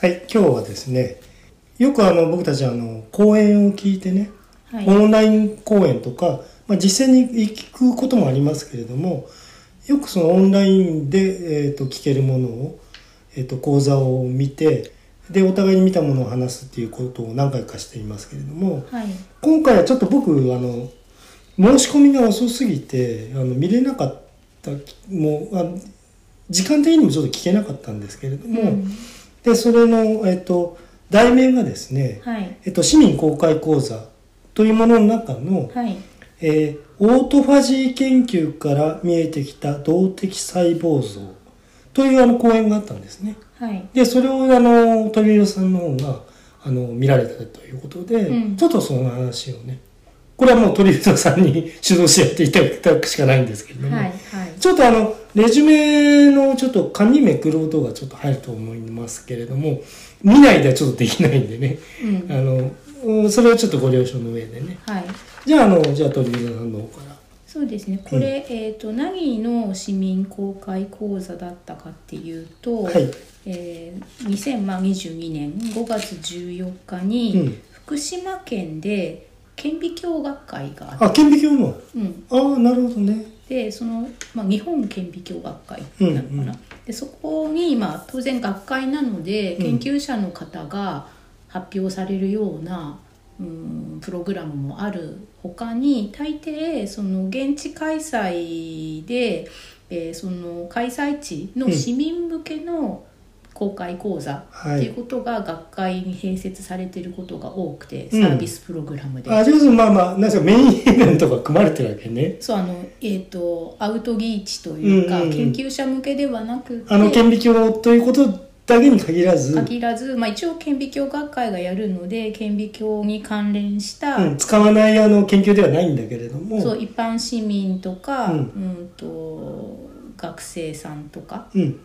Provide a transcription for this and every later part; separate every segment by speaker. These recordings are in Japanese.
Speaker 1: はい、今日はですね、よくあの僕たちあの講演を聞いてね、
Speaker 2: はい
Speaker 1: オンライン講演とか、まあ、実際に聞くこともありますけれども、よくそのオンラインで、えー、と聞けるものを、えー、と講座を見て、で、お互いに見たものを話すっていうことを何回かしていますけれども、
Speaker 2: はい。
Speaker 1: 今回はちょっと僕、あの、申し込みが遅すぎて、あの、見れなかった、もう、あ時間的にもちょっと聞けなかったんですけれども、
Speaker 2: うん
Speaker 1: でそれの、えっと、題名がですね、
Speaker 2: はい。
Speaker 1: えっと、市民公開講座というものの中の、
Speaker 2: はい。
Speaker 1: えーオートファジー研究から見えてきた動的細胞像というあの講演があったんですね。
Speaker 2: はい。
Speaker 1: でそれをあの富弘さんの方があの見られたということで、
Speaker 2: うん
Speaker 1: ちょっとその話をねこれはもう鳥弘さんに 主導してやっていただくしかないんですけれども、
Speaker 2: はい。
Speaker 1: ちょっとあの、レジュメのちょっと紙めくる音がちょっと入ると思いますけれども、見ないではちょっとできないんでね。
Speaker 2: うん
Speaker 1: あの、うんそれはちょっとご了承の上でね。
Speaker 2: はい。
Speaker 1: じゃあ、あの、じゃあ、鳥海さんの方から。
Speaker 2: そうですね。これ、えっ、と、何の市民公開講座だったかっていうと。
Speaker 1: はい
Speaker 2: えー2022年5月14日
Speaker 1: うん
Speaker 2: に福島県で顕微鏡学会があった、
Speaker 1: あ、顕微鏡の。
Speaker 2: うん、
Speaker 1: ああ、なるほどね。
Speaker 2: でその、まあ、日本顕微鏡学会なのかな、
Speaker 1: うんうん
Speaker 2: でそこに、まあ、当然学会なので
Speaker 1: うん
Speaker 2: 研究者の方が発表されるような、うん、プログラムもある他に大抵その現地開催で、えーその開催地
Speaker 1: う
Speaker 2: の
Speaker 1: ん
Speaker 2: 市民向けの公開講座
Speaker 1: はい
Speaker 2: っていうことが学会に併設されてることが多くて、
Speaker 1: うん
Speaker 2: サービスプログラムで。
Speaker 1: あ、じゃあ、まあまあ、なんですか、メインイベントが組まれてるわけね。
Speaker 2: そうあのえっ、とアウトリーチというか、
Speaker 1: うんうんうん
Speaker 2: 研究者向けではなく
Speaker 1: あの、
Speaker 2: て
Speaker 1: 顕微鏡ということだけに限らず、
Speaker 2: 限らず、まあ、一応顕微鏡学会がやるので顕微鏡に関連した、
Speaker 1: うん、使わないあの研究ではないんだけれども、
Speaker 2: そう一般市民とか、
Speaker 1: う
Speaker 2: うんん、と学生さんとか
Speaker 1: うん、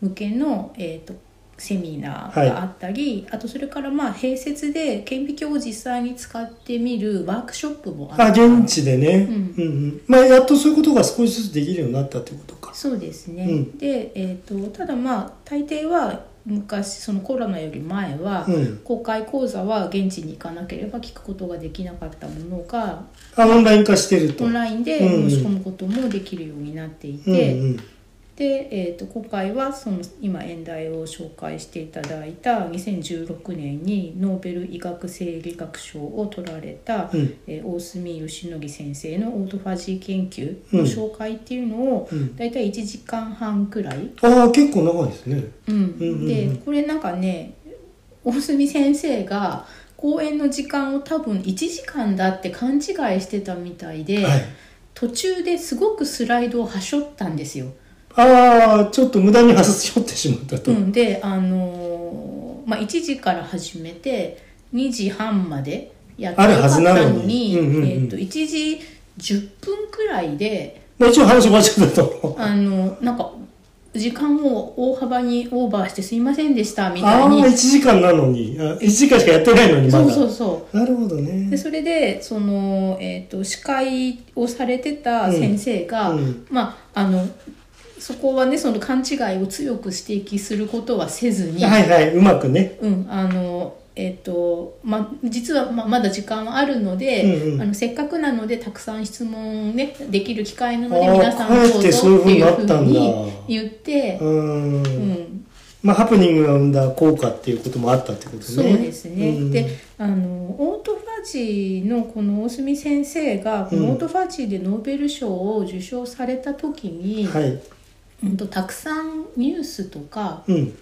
Speaker 2: 向けの、えー、とセミナーがあったり、あとそれからまあ併設で顕微鏡を実際に使ってみるワークショップもあ
Speaker 1: あ、
Speaker 2: った
Speaker 1: 現地でね、
Speaker 2: う
Speaker 1: うん、
Speaker 2: ん
Speaker 1: うん、まあ、やっとそういうことが少しずつできるようになったってことか。
Speaker 2: そうですね、
Speaker 1: うん
Speaker 2: で、えー、とただまあ大抵は昔そのコロナより前は、
Speaker 1: うん
Speaker 2: 公開講座は現地に行かなければ聞くことができなかったものが
Speaker 1: あオンライン化してると。
Speaker 2: オンラインで
Speaker 1: うん
Speaker 2: 申し込むこともできるようになっていて、
Speaker 1: うんうん、
Speaker 2: で、えー、と今回はその今演題を紹介していただいた2016年にノーベル医学生理学賞を取られた、
Speaker 1: うん
Speaker 2: えー大隅義則先生のオートファジー研究の紹介っていうのを、
Speaker 1: うん
Speaker 2: だいたい1時間半くらい、
Speaker 1: ああ結構長いですね。
Speaker 2: うん
Speaker 1: うんうん
Speaker 2: でこれなんかね大隅先生が講演の時間を多分1時間だって勘違いしてたみたいで、
Speaker 1: はい。
Speaker 2: 途中ですごくスライドをはしょったんですよ。
Speaker 1: ああちょっと無駄に外しょってしまったと。
Speaker 2: うん、であのーまあ、1時から始めて2時半までやって
Speaker 1: あ
Speaker 2: よ
Speaker 1: る
Speaker 2: か
Speaker 1: は
Speaker 2: っ
Speaker 1: ずな
Speaker 2: た
Speaker 1: のに
Speaker 2: のに
Speaker 1: うんうんうん
Speaker 2: えーと1時10分くらいで
Speaker 1: まあ一応話終わっちゃったと。
Speaker 2: あのなんか時間を大幅にオーバーしてすいませんでしたみた
Speaker 1: あ
Speaker 2: い
Speaker 1: あ
Speaker 2: に
Speaker 1: ー一時間なのにあ一時間しかやってないのにまだ。
Speaker 2: そうそうそう
Speaker 1: なるほど
Speaker 2: で
Speaker 1: ね。
Speaker 2: それでその、えー、と司会をされてた先生が、
Speaker 1: うんうん
Speaker 2: まああのそこはねその勘違いを強く指摘することはせずに、
Speaker 1: はいはいうまくね。
Speaker 2: うんあのえっ、と、ま、実はままだ時間はあるので、
Speaker 1: うんうん
Speaker 2: あのせっかくなのでたくさん質問ねできる機会なので
Speaker 1: あー
Speaker 2: 皆さん
Speaker 1: かえ
Speaker 2: どうぞ
Speaker 1: っ
Speaker 2: ってて
Speaker 1: そういう風に
Speaker 2: い
Speaker 1: な
Speaker 2: う
Speaker 1: ったん
Speaker 2: ふ
Speaker 1: だ
Speaker 2: うに言って
Speaker 1: う、ーん。
Speaker 2: うん、
Speaker 1: まあハプニングが生んだ効果っていうこともあったってことね。
Speaker 2: そうですね、
Speaker 1: うん
Speaker 2: であのオートファジーのこの大隅先生がこ
Speaker 1: うん
Speaker 2: のオートファジーでノーベル賞を受賞された時に、
Speaker 1: はい。
Speaker 2: うんとたくさんニュースとか、
Speaker 1: うん。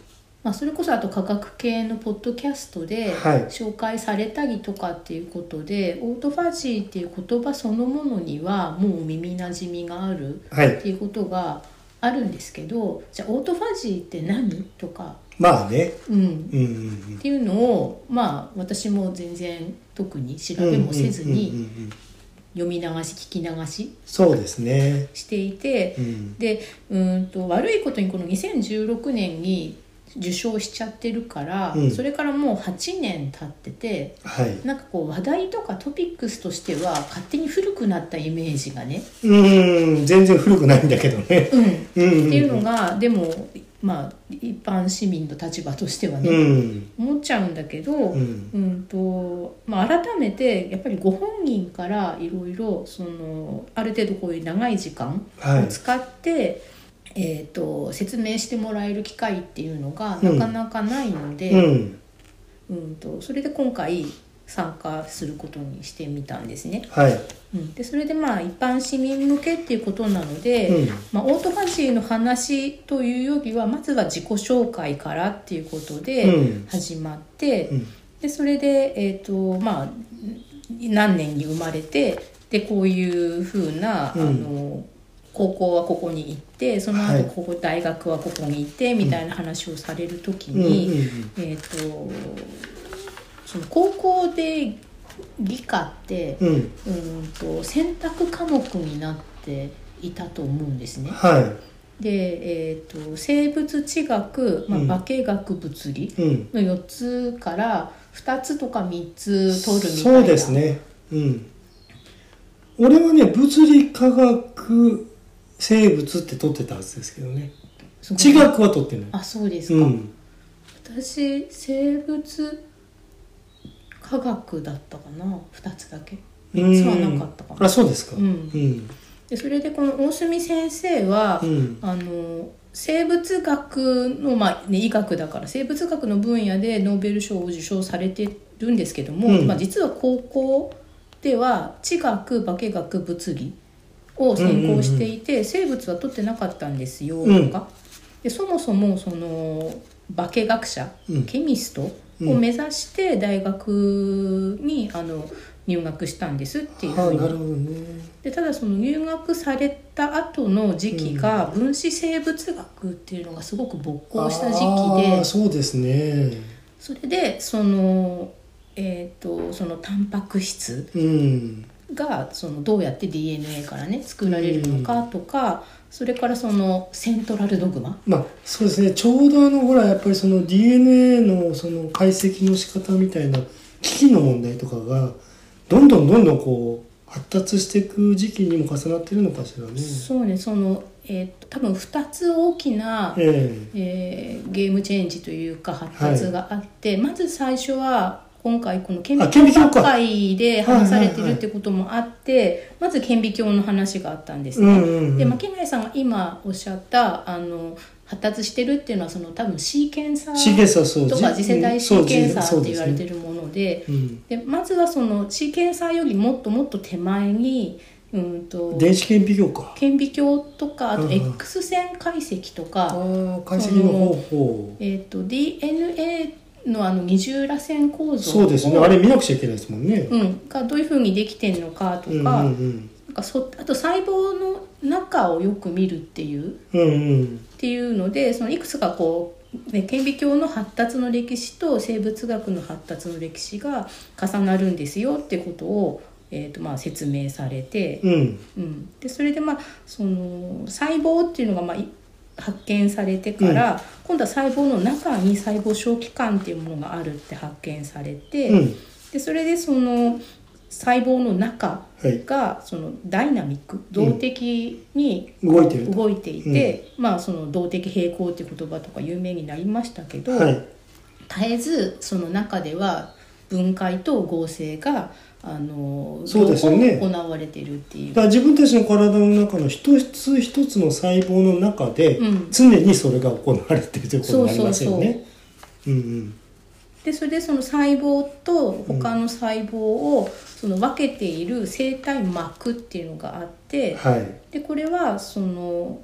Speaker 2: まあ、それこそあと科学系のポッドキャストで
Speaker 1: はい
Speaker 2: 紹介されたりとかっていうことで、オートファジーっていう言葉そのものにはもう耳なじみがある
Speaker 1: はい。
Speaker 2: っていうことがあるんですけどじゃあオートファジーって何とか、
Speaker 1: まあね。
Speaker 2: うん、
Speaker 1: うんうんうん
Speaker 2: っ。ていうのをまあ私も全然特に調べもせず
Speaker 1: うんうん
Speaker 2: に
Speaker 1: うんうん。
Speaker 2: 読み流し聞き流し
Speaker 1: そうですね。
Speaker 2: していて
Speaker 1: うん。
Speaker 2: でうーんと悪いことにこの2016年に受賞しちゃってるから、
Speaker 1: うん
Speaker 2: それからもう8年経ってて
Speaker 1: はい。
Speaker 2: なんかこう話題とかトピックスとしては勝手に古くなったイメージがね、
Speaker 1: うーん全然古くないんだけどね。
Speaker 2: うん、
Speaker 1: うんうんうん
Speaker 2: っていうのがでもまあ、一般市民の立場としてはね、
Speaker 1: うん
Speaker 2: 思っちゃうんだけど、
Speaker 1: う
Speaker 2: うん
Speaker 1: ん
Speaker 2: とまあ、改めてやっぱりご本人からいろいろそのある程度こういう長い時間
Speaker 1: はい
Speaker 2: を使って、えー、と説明してもらえる機会っていうのが
Speaker 1: う
Speaker 2: なんかなかないので、
Speaker 1: うん
Speaker 2: うんとそれで今回参加することにしてみたんですね。
Speaker 1: はい
Speaker 2: うん、でそれでまあ一般市民向けっていうことなので、
Speaker 1: うん
Speaker 2: まあ、オートファジーの話というよりはまずは自己紹介からっていうことで
Speaker 1: うん
Speaker 2: 始まって、
Speaker 1: うん
Speaker 2: でそれで、えーとまあ、何年に生まれてでこういうふうな、
Speaker 1: うん
Speaker 2: あの高校はここに行ってその
Speaker 1: はい
Speaker 2: 後ここ、大学はここに行ってみたいな話をされる時
Speaker 1: うん
Speaker 2: に。えー、とその高校で理科って
Speaker 1: うんうん
Speaker 2: うーんと選択科目になっていたと思うんですね。
Speaker 1: は
Speaker 2: で、えー、と生物地学、まあ
Speaker 1: うん
Speaker 2: 化学物理
Speaker 1: いうん
Speaker 2: の4つから2つとか3つ取るみたいな
Speaker 1: そうですねうん俺はね物理科学生物って取ってたはずですけどね
Speaker 2: すごい
Speaker 1: 地学は取ってない
Speaker 2: あそうです
Speaker 1: う
Speaker 2: か、
Speaker 1: ん
Speaker 2: 私生物科学だったかな2つだけ3つはなかったか
Speaker 1: うん
Speaker 2: な
Speaker 1: あそうですか
Speaker 2: うん
Speaker 1: うん
Speaker 2: でそれでこの大隅先生は、
Speaker 1: うん
Speaker 2: あの生物学の、まあね、医学だから生物学の分野でノーベル賞を受賞されてるんですけども、
Speaker 1: うん
Speaker 2: まあ、実は高校では地学化学物理を専攻していて、生物は取ってなかったんですよとか、
Speaker 1: うん
Speaker 2: でそもそもその化学者、
Speaker 1: うん
Speaker 2: ケミストを
Speaker 1: うん
Speaker 2: 目指して大学にあの入学したんですっていう
Speaker 1: あ
Speaker 2: ふうに
Speaker 1: なるほどね
Speaker 2: でただその入学された後の時期が分子生物学っていうのがすごく勃興した時期
Speaker 1: あ
Speaker 2: で
Speaker 1: ーそうですね
Speaker 2: それでそのえー、とそのタンパク質
Speaker 1: うん
Speaker 2: がそのどうやって DNA からね作られるのかとか、それからそのセントラルドグマ
Speaker 1: まあそうですねちょうどあのほらやっぱりその DNA のその解析の仕方みたいな機器の問題とかがどんどんどんどんこう発達していく時期にも重なってるのかしらね。
Speaker 2: そうねその、えー、と多分2つ大きな、
Speaker 1: え
Speaker 2: えーゲームチェンジというか発達があって、まず最初は今回この顕微
Speaker 1: あ顕微
Speaker 2: 鏡
Speaker 1: 鏡か
Speaker 2: 学会で話されて
Speaker 1: はいはいはい
Speaker 2: るってこともあって、まず顕微鏡の話があったんで
Speaker 1: え
Speaker 2: す
Speaker 1: う
Speaker 2: ね。
Speaker 1: んうんうん
Speaker 2: で巻貝さんが今おっしゃったあの発達してるっていうのはその多分シーケンサ
Speaker 1: シーケン
Speaker 2: ー
Speaker 1: サーそう
Speaker 2: とか次世代シーケンサーって言われて
Speaker 1: る。
Speaker 2: るもので
Speaker 1: そうですね
Speaker 2: でまずはそのシーケンサーよりもっともっと手前にうん
Speaker 1: う
Speaker 2: と
Speaker 1: ん、電子顕微鏡か。
Speaker 2: 顕微鏡とかあ
Speaker 1: う
Speaker 2: と
Speaker 1: んうん
Speaker 2: X 線解析と
Speaker 1: あ
Speaker 2: か、
Speaker 1: ー解析の方法。
Speaker 2: えー、と DNA のあの二重らせん構造
Speaker 1: そうですねあれ見なくちゃいけないですもんね。
Speaker 2: うん、がどういうふうにできてるのかとか,、
Speaker 1: うんう
Speaker 2: なん
Speaker 1: ん
Speaker 2: かそあと細胞の中をよく見るっていう
Speaker 1: うんうん
Speaker 2: っていうのでそのいくつかこう、ね、顕微鏡の発達の歴史と生物学の発達の歴史が重なるんですよってことを、えーとまあ、説明されて、
Speaker 1: うん
Speaker 2: うん、でそれでまあその細胞っていうのがまあい発見されてから、今度は細胞の中に細胞小器官っていうものがあるって発見されて、
Speaker 1: うん
Speaker 2: でそれでその細胞の中
Speaker 1: はい
Speaker 2: がそのダイナミック動的に
Speaker 1: 動いてると。
Speaker 2: 動いていて、まあその動的平衡っていう言葉とか有名になりましたけど、
Speaker 1: はい。
Speaker 2: 絶えずその中では分解と合成があの
Speaker 1: そうですよね
Speaker 2: 両方行われてるってい
Speaker 1: だ
Speaker 2: う
Speaker 1: から自分たちの体の中の一つ一つの細胞の中で
Speaker 2: うん
Speaker 1: 常にそれが行われているということになりますよね。うんうん
Speaker 2: でそれでその細胞と他の細胞をその分けている生体膜っていうのがあって
Speaker 1: はい
Speaker 2: でこれはその、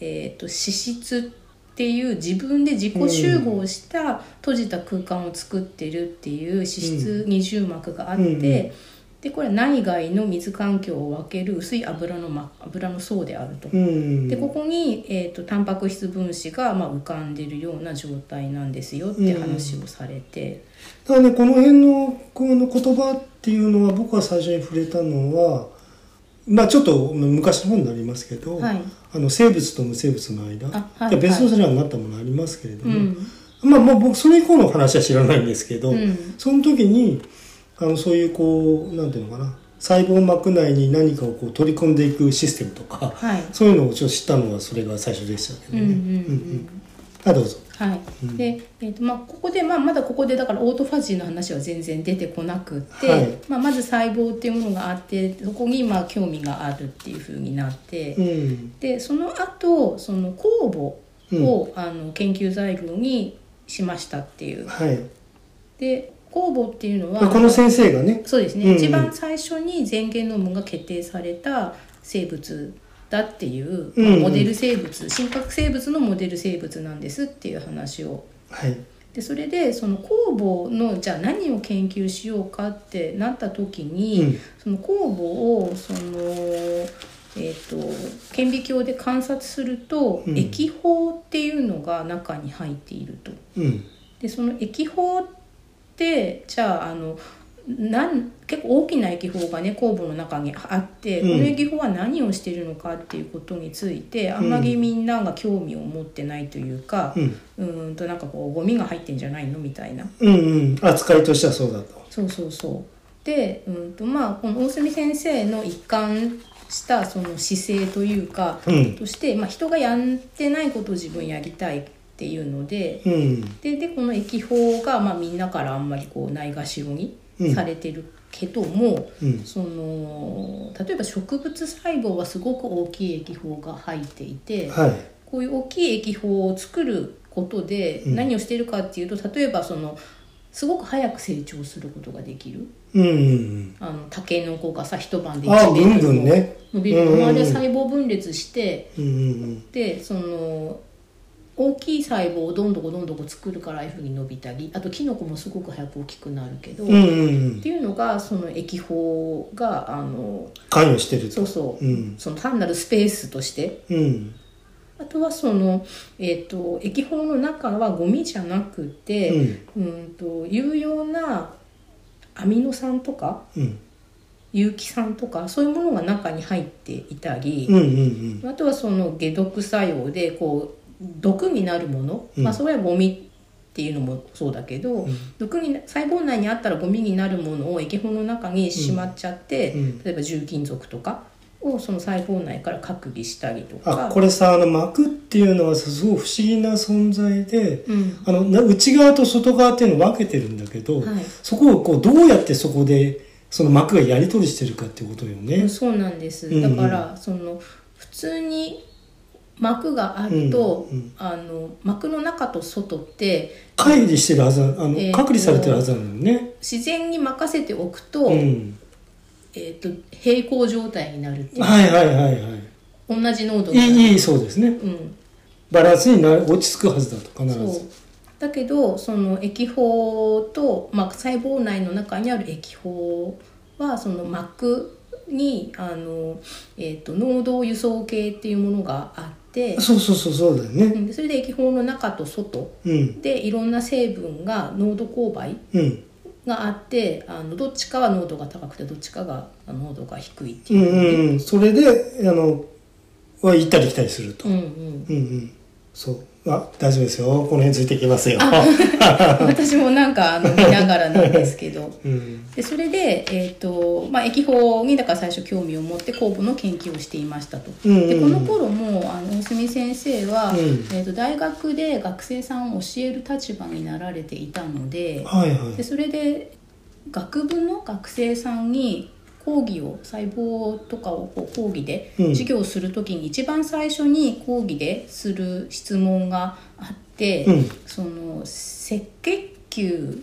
Speaker 2: えー、と脂質っていう自分で自己集合した閉じた空間を作ってるっていう脂質二重膜があって、
Speaker 1: うんうん
Speaker 2: でこれは内外の水環境を分ける薄い油の,、ま、油の層であると。
Speaker 1: うんうん
Speaker 2: でここに、えー、とタンパク質分子が、まあ、浮かんでるような状態なんですよって話をされて、
Speaker 1: ただねこの辺のこの言葉っていうのは僕は最初に触れたのはまあちょっと昔の本になりますけど、
Speaker 2: はい
Speaker 1: あの生物と無生物の間、
Speaker 2: あはい
Speaker 1: いやベストセラーになったものありますけれど
Speaker 2: う
Speaker 1: も、
Speaker 2: ん
Speaker 1: まあもう僕それ以降の話は知らないんですけど、
Speaker 2: うん
Speaker 1: その時にあのそういうこうなんていうのかな細胞膜内に何かをこう取り込んでいくシステムとか
Speaker 2: はい
Speaker 1: そういうのをちょっと知ったのはそれが最初でしたけ
Speaker 2: う
Speaker 1: ど
Speaker 2: んう
Speaker 1: ね。
Speaker 2: んうん
Speaker 1: うんあどうぞ
Speaker 2: はい
Speaker 1: うん
Speaker 2: でえーとまあ、ここで、まあ、まだここでだからオートファジーの話は全然出てこなくて、
Speaker 1: はい
Speaker 2: まあ、まず細胞っていうものがあってそこにまあ興味があるっていうふうになって、
Speaker 1: うん
Speaker 2: でその後その酵母を、あの研究材料にしましたっていう。
Speaker 1: はい
Speaker 2: で酵母っていうのは
Speaker 1: この先生がね
Speaker 2: そうですね、
Speaker 1: うんうん
Speaker 2: 一番最初に全ゲノムが決定された生物だっていう、
Speaker 1: うんうん
Speaker 2: モデル生物真核生物のモデル生物なんですっていう話を
Speaker 1: はい
Speaker 2: でそれでその酵母のじゃあ何を研究しようかってなった時に、
Speaker 1: うん
Speaker 2: その酵母をその、えー、と顕微鏡で観察すると、
Speaker 1: うん
Speaker 2: 液胞っていうのが中に入っていると。
Speaker 1: うん
Speaker 2: でその液胞ってじゃああのなん結構大きな液胞がね酵母の中にあって、
Speaker 1: うん
Speaker 2: この液胞は何をしているのかっていうことについてあんまりみんなが興味を持ってないというか、
Speaker 1: うん
Speaker 2: うーんとなんかこうゴミが入ってんじゃないのみたいな
Speaker 1: うんうん扱いとしてはそうだと
Speaker 2: そうそうそうでうんとまあこの大隅先生の一貫したその姿勢というか、
Speaker 1: うん
Speaker 2: として、まあ、人がやってないことを自分やりたいっていうので
Speaker 1: うん
Speaker 2: ででこの液法が、まあ、みんなからあんまりこうないがしろに
Speaker 1: うん
Speaker 2: されてるけども、
Speaker 1: うん
Speaker 2: その例えば植物細胞はすごく大きい液法が入っていて。
Speaker 1: はい
Speaker 2: こういう大きい液胞を作ることで
Speaker 1: うん
Speaker 2: 何をしているかっていうと、例えばそのすごく早く成長することができる
Speaker 1: うんうん
Speaker 2: あのタケノコがさ一晩で
Speaker 1: うんああぐんぐんね
Speaker 2: 伸びる
Speaker 1: うんうんうん
Speaker 2: のあれ細胞分裂して
Speaker 1: うんうん
Speaker 2: でその大きい細胞をどんどこどんどこ作るからああいうふうに伸びたりあとキノコもすごく早く大きくなるけど、
Speaker 1: うんう
Speaker 2: っ
Speaker 1: んうん
Speaker 2: ていうのがその液胞があの
Speaker 1: 関与してる
Speaker 2: そ
Speaker 1: と
Speaker 2: うそう、
Speaker 1: うん
Speaker 2: その単なるスペースとして
Speaker 1: うん
Speaker 2: あとはその、えー、と液法の中はゴミじゃなく
Speaker 1: う
Speaker 2: て、
Speaker 1: ん
Speaker 2: うん、と有用なアミノ酸とか
Speaker 1: うん
Speaker 2: 有機酸とかそういうものが中に入っていた
Speaker 1: う
Speaker 2: り、
Speaker 1: んうん
Speaker 2: あとはその解毒作用でこう毒になるもの、
Speaker 1: うん
Speaker 2: まあ、それはゴミっていうのもそうだけど、
Speaker 1: ん
Speaker 2: 毒に細胞内にあったらゴミになるものを液胞の中にしまっちゃって、
Speaker 1: うんうん
Speaker 2: 例えば重金属とかをその細胞内から隔離したりと
Speaker 1: あ
Speaker 2: か。
Speaker 1: これさあの膜っていうのはさすごい不思議な存在で
Speaker 2: うん
Speaker 1: あのな内側と外側っていうのを分けてるんだけど、
Speaker 2: はい
Speaker 1: そこをこうどうやってそこでその膜がやり取りしてるかってことよね。
Speaker 2: そうなんです
Speaker 1: うんう
Speaker 2: だ
Speaker 1: ん
Speaker 2: から、その普通に膜があると、
Speaker 1: うんうん
Speaker 2: あの膜の中と外って
Speaker 1: 乖離してるはずなあの、
Speaker 2: えーと
Speaker 1: 隔離されてるはずなのよね。
Speaker 2: 自然に任せておくと,、
Speaker 1: うん、
Speaker 2: えー、と平行状態になるっていう
Speaker 1: はいはいはいはい。
Speaker 2: 同じ濃度
Speaker 1: い
Speaker 2: になる
Speaker 1: いいいそうですね。
Speaker 2: うん、
Speaker 1: バランスにな落ち着くはずだと必
Speaker 2: そう
Speaker 1: ず。
Speaker 2: だけどその液胞と、まあ、細胞内の中にある液胞はその膜にあの、えー、と濃度輸送系っていうものがあって、
Speaker 1: そうそうそうそうだよ
Speaker 2: う
Speaker 1: ね。
Speaker 2: ん、それで液胞の中と外
Speaker 1: うん
Speaker 2: でいろんな成分が濃度勾配
Speaker 1: うん
Speaker 2: があってあのどっちかは濃度が高くてどっちかがあの濃度が低いって
Speaker 1: う
Speaker 2: い
Speaker 1: ん
Speaker 2: う、
Speaker 1: うんうん。それであのは行ったり来たりすると。
Speaker 2: うん うん
Speaker 1: うんうん。そうあ大丈夫ですよ。この辺ついてきますよ。
Speaker 2: 私もなんかあの見ながらなんですけど
Speaker 1: うん
Speaker 2: でそれで、えーとまあ、液法にだから最初興味を持って酵母の研究をしていましたと。
Speaker 1: うんうんうん
Speaker 2: でこの頃もあの大隅先生は、
Speaker 1: うん
Speaker 2: えー、と大学で学生さんを教える立場になられていたので
Speaker 1: はいは
Speaker 2: で
Speaker 1: い。
Speaker 2: それで学部の学生さんに講義を細胞とかをこう講義で
Speaker 1: うん
Speaker 2: 授業をする時に一番最初に講義でする質問があって、
Speaker 1: うん
Speaker 2: その赤血球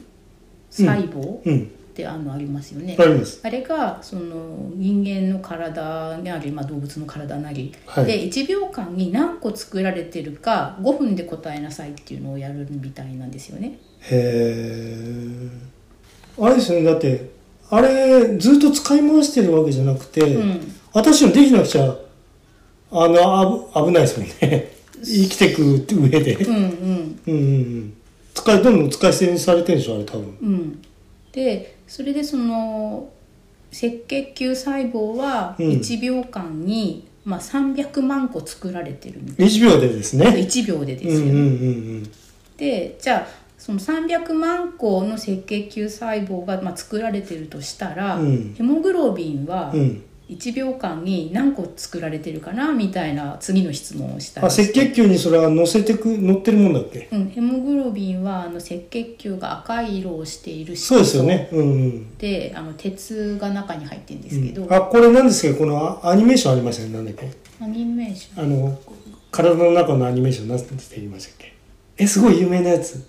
Speaker 2: 細胞っ
Speaker 1: うん
Speaker 2: てあのありますよね。
Speaker 1: あります。
Speaker 2: あれがその人間の体なり、まあ、動物の体なり、
Speaker 1: はい
Speaker 2: で1秒間に何個作られてるか5分で答えなさいっていうのをやるみたいなんですよね。
Speaker 1: へえ。あれですよね、だって、あれ、ずっと使い回してるわけじゃなくて、
Speaker 2: ん
Speaker 1: 私のできなくちゃ、あの、あぶ危ないですよ ね。生きてく上で。
Speaker 2: うんうん、
Speaker 1: うんうんうん。使い、どんどん使い捨てにされてるんでしょ、あれ多分。
Speaker 2: うん、でそれでその赤血球細胞は
Speaker 1: うん
Speaker 2: 1秒間に、まあ、300万個作られてるみたい
Speaker 1: 1秒でです
Speaker 2: な
Speaker 1: ね。
Speaker 2: 1秒でです
Speaker 1: うんう
Speaker 2: よ、
Speaker 1: んうん
Speaker 2: でじゃあその300万個の赤血球細胞が、まあ、作られてるとしたら、
Speaker 1: うん
Speaker 2: ヘモグロビンは
Speaker 1: うん。うん。
Speaker 2: 1秒間に何個作られてるかなみたいな次の質問をした
Speaker 1: あ
Speaker 2: り
Speaker 1: 赤
Speaker 2: して
Speaker 1: 血球にそれは乗せてく乗ってるもんだっけ
Speaker 2: うん、ヘモグロビンはあの赤血球が赤い色をしている色素
Speaker 1: そうですよねうんうん
Speaker 2: であの鉄が中に入ってるんですけど、
Speaker 1: あこれなんですけどこのアアニメーションありましたねなんだっけ
Speaker 2: アニメーション
Speaker 1: あの体の中のアニメーションなんて言いましたっけえすごい有名なやつ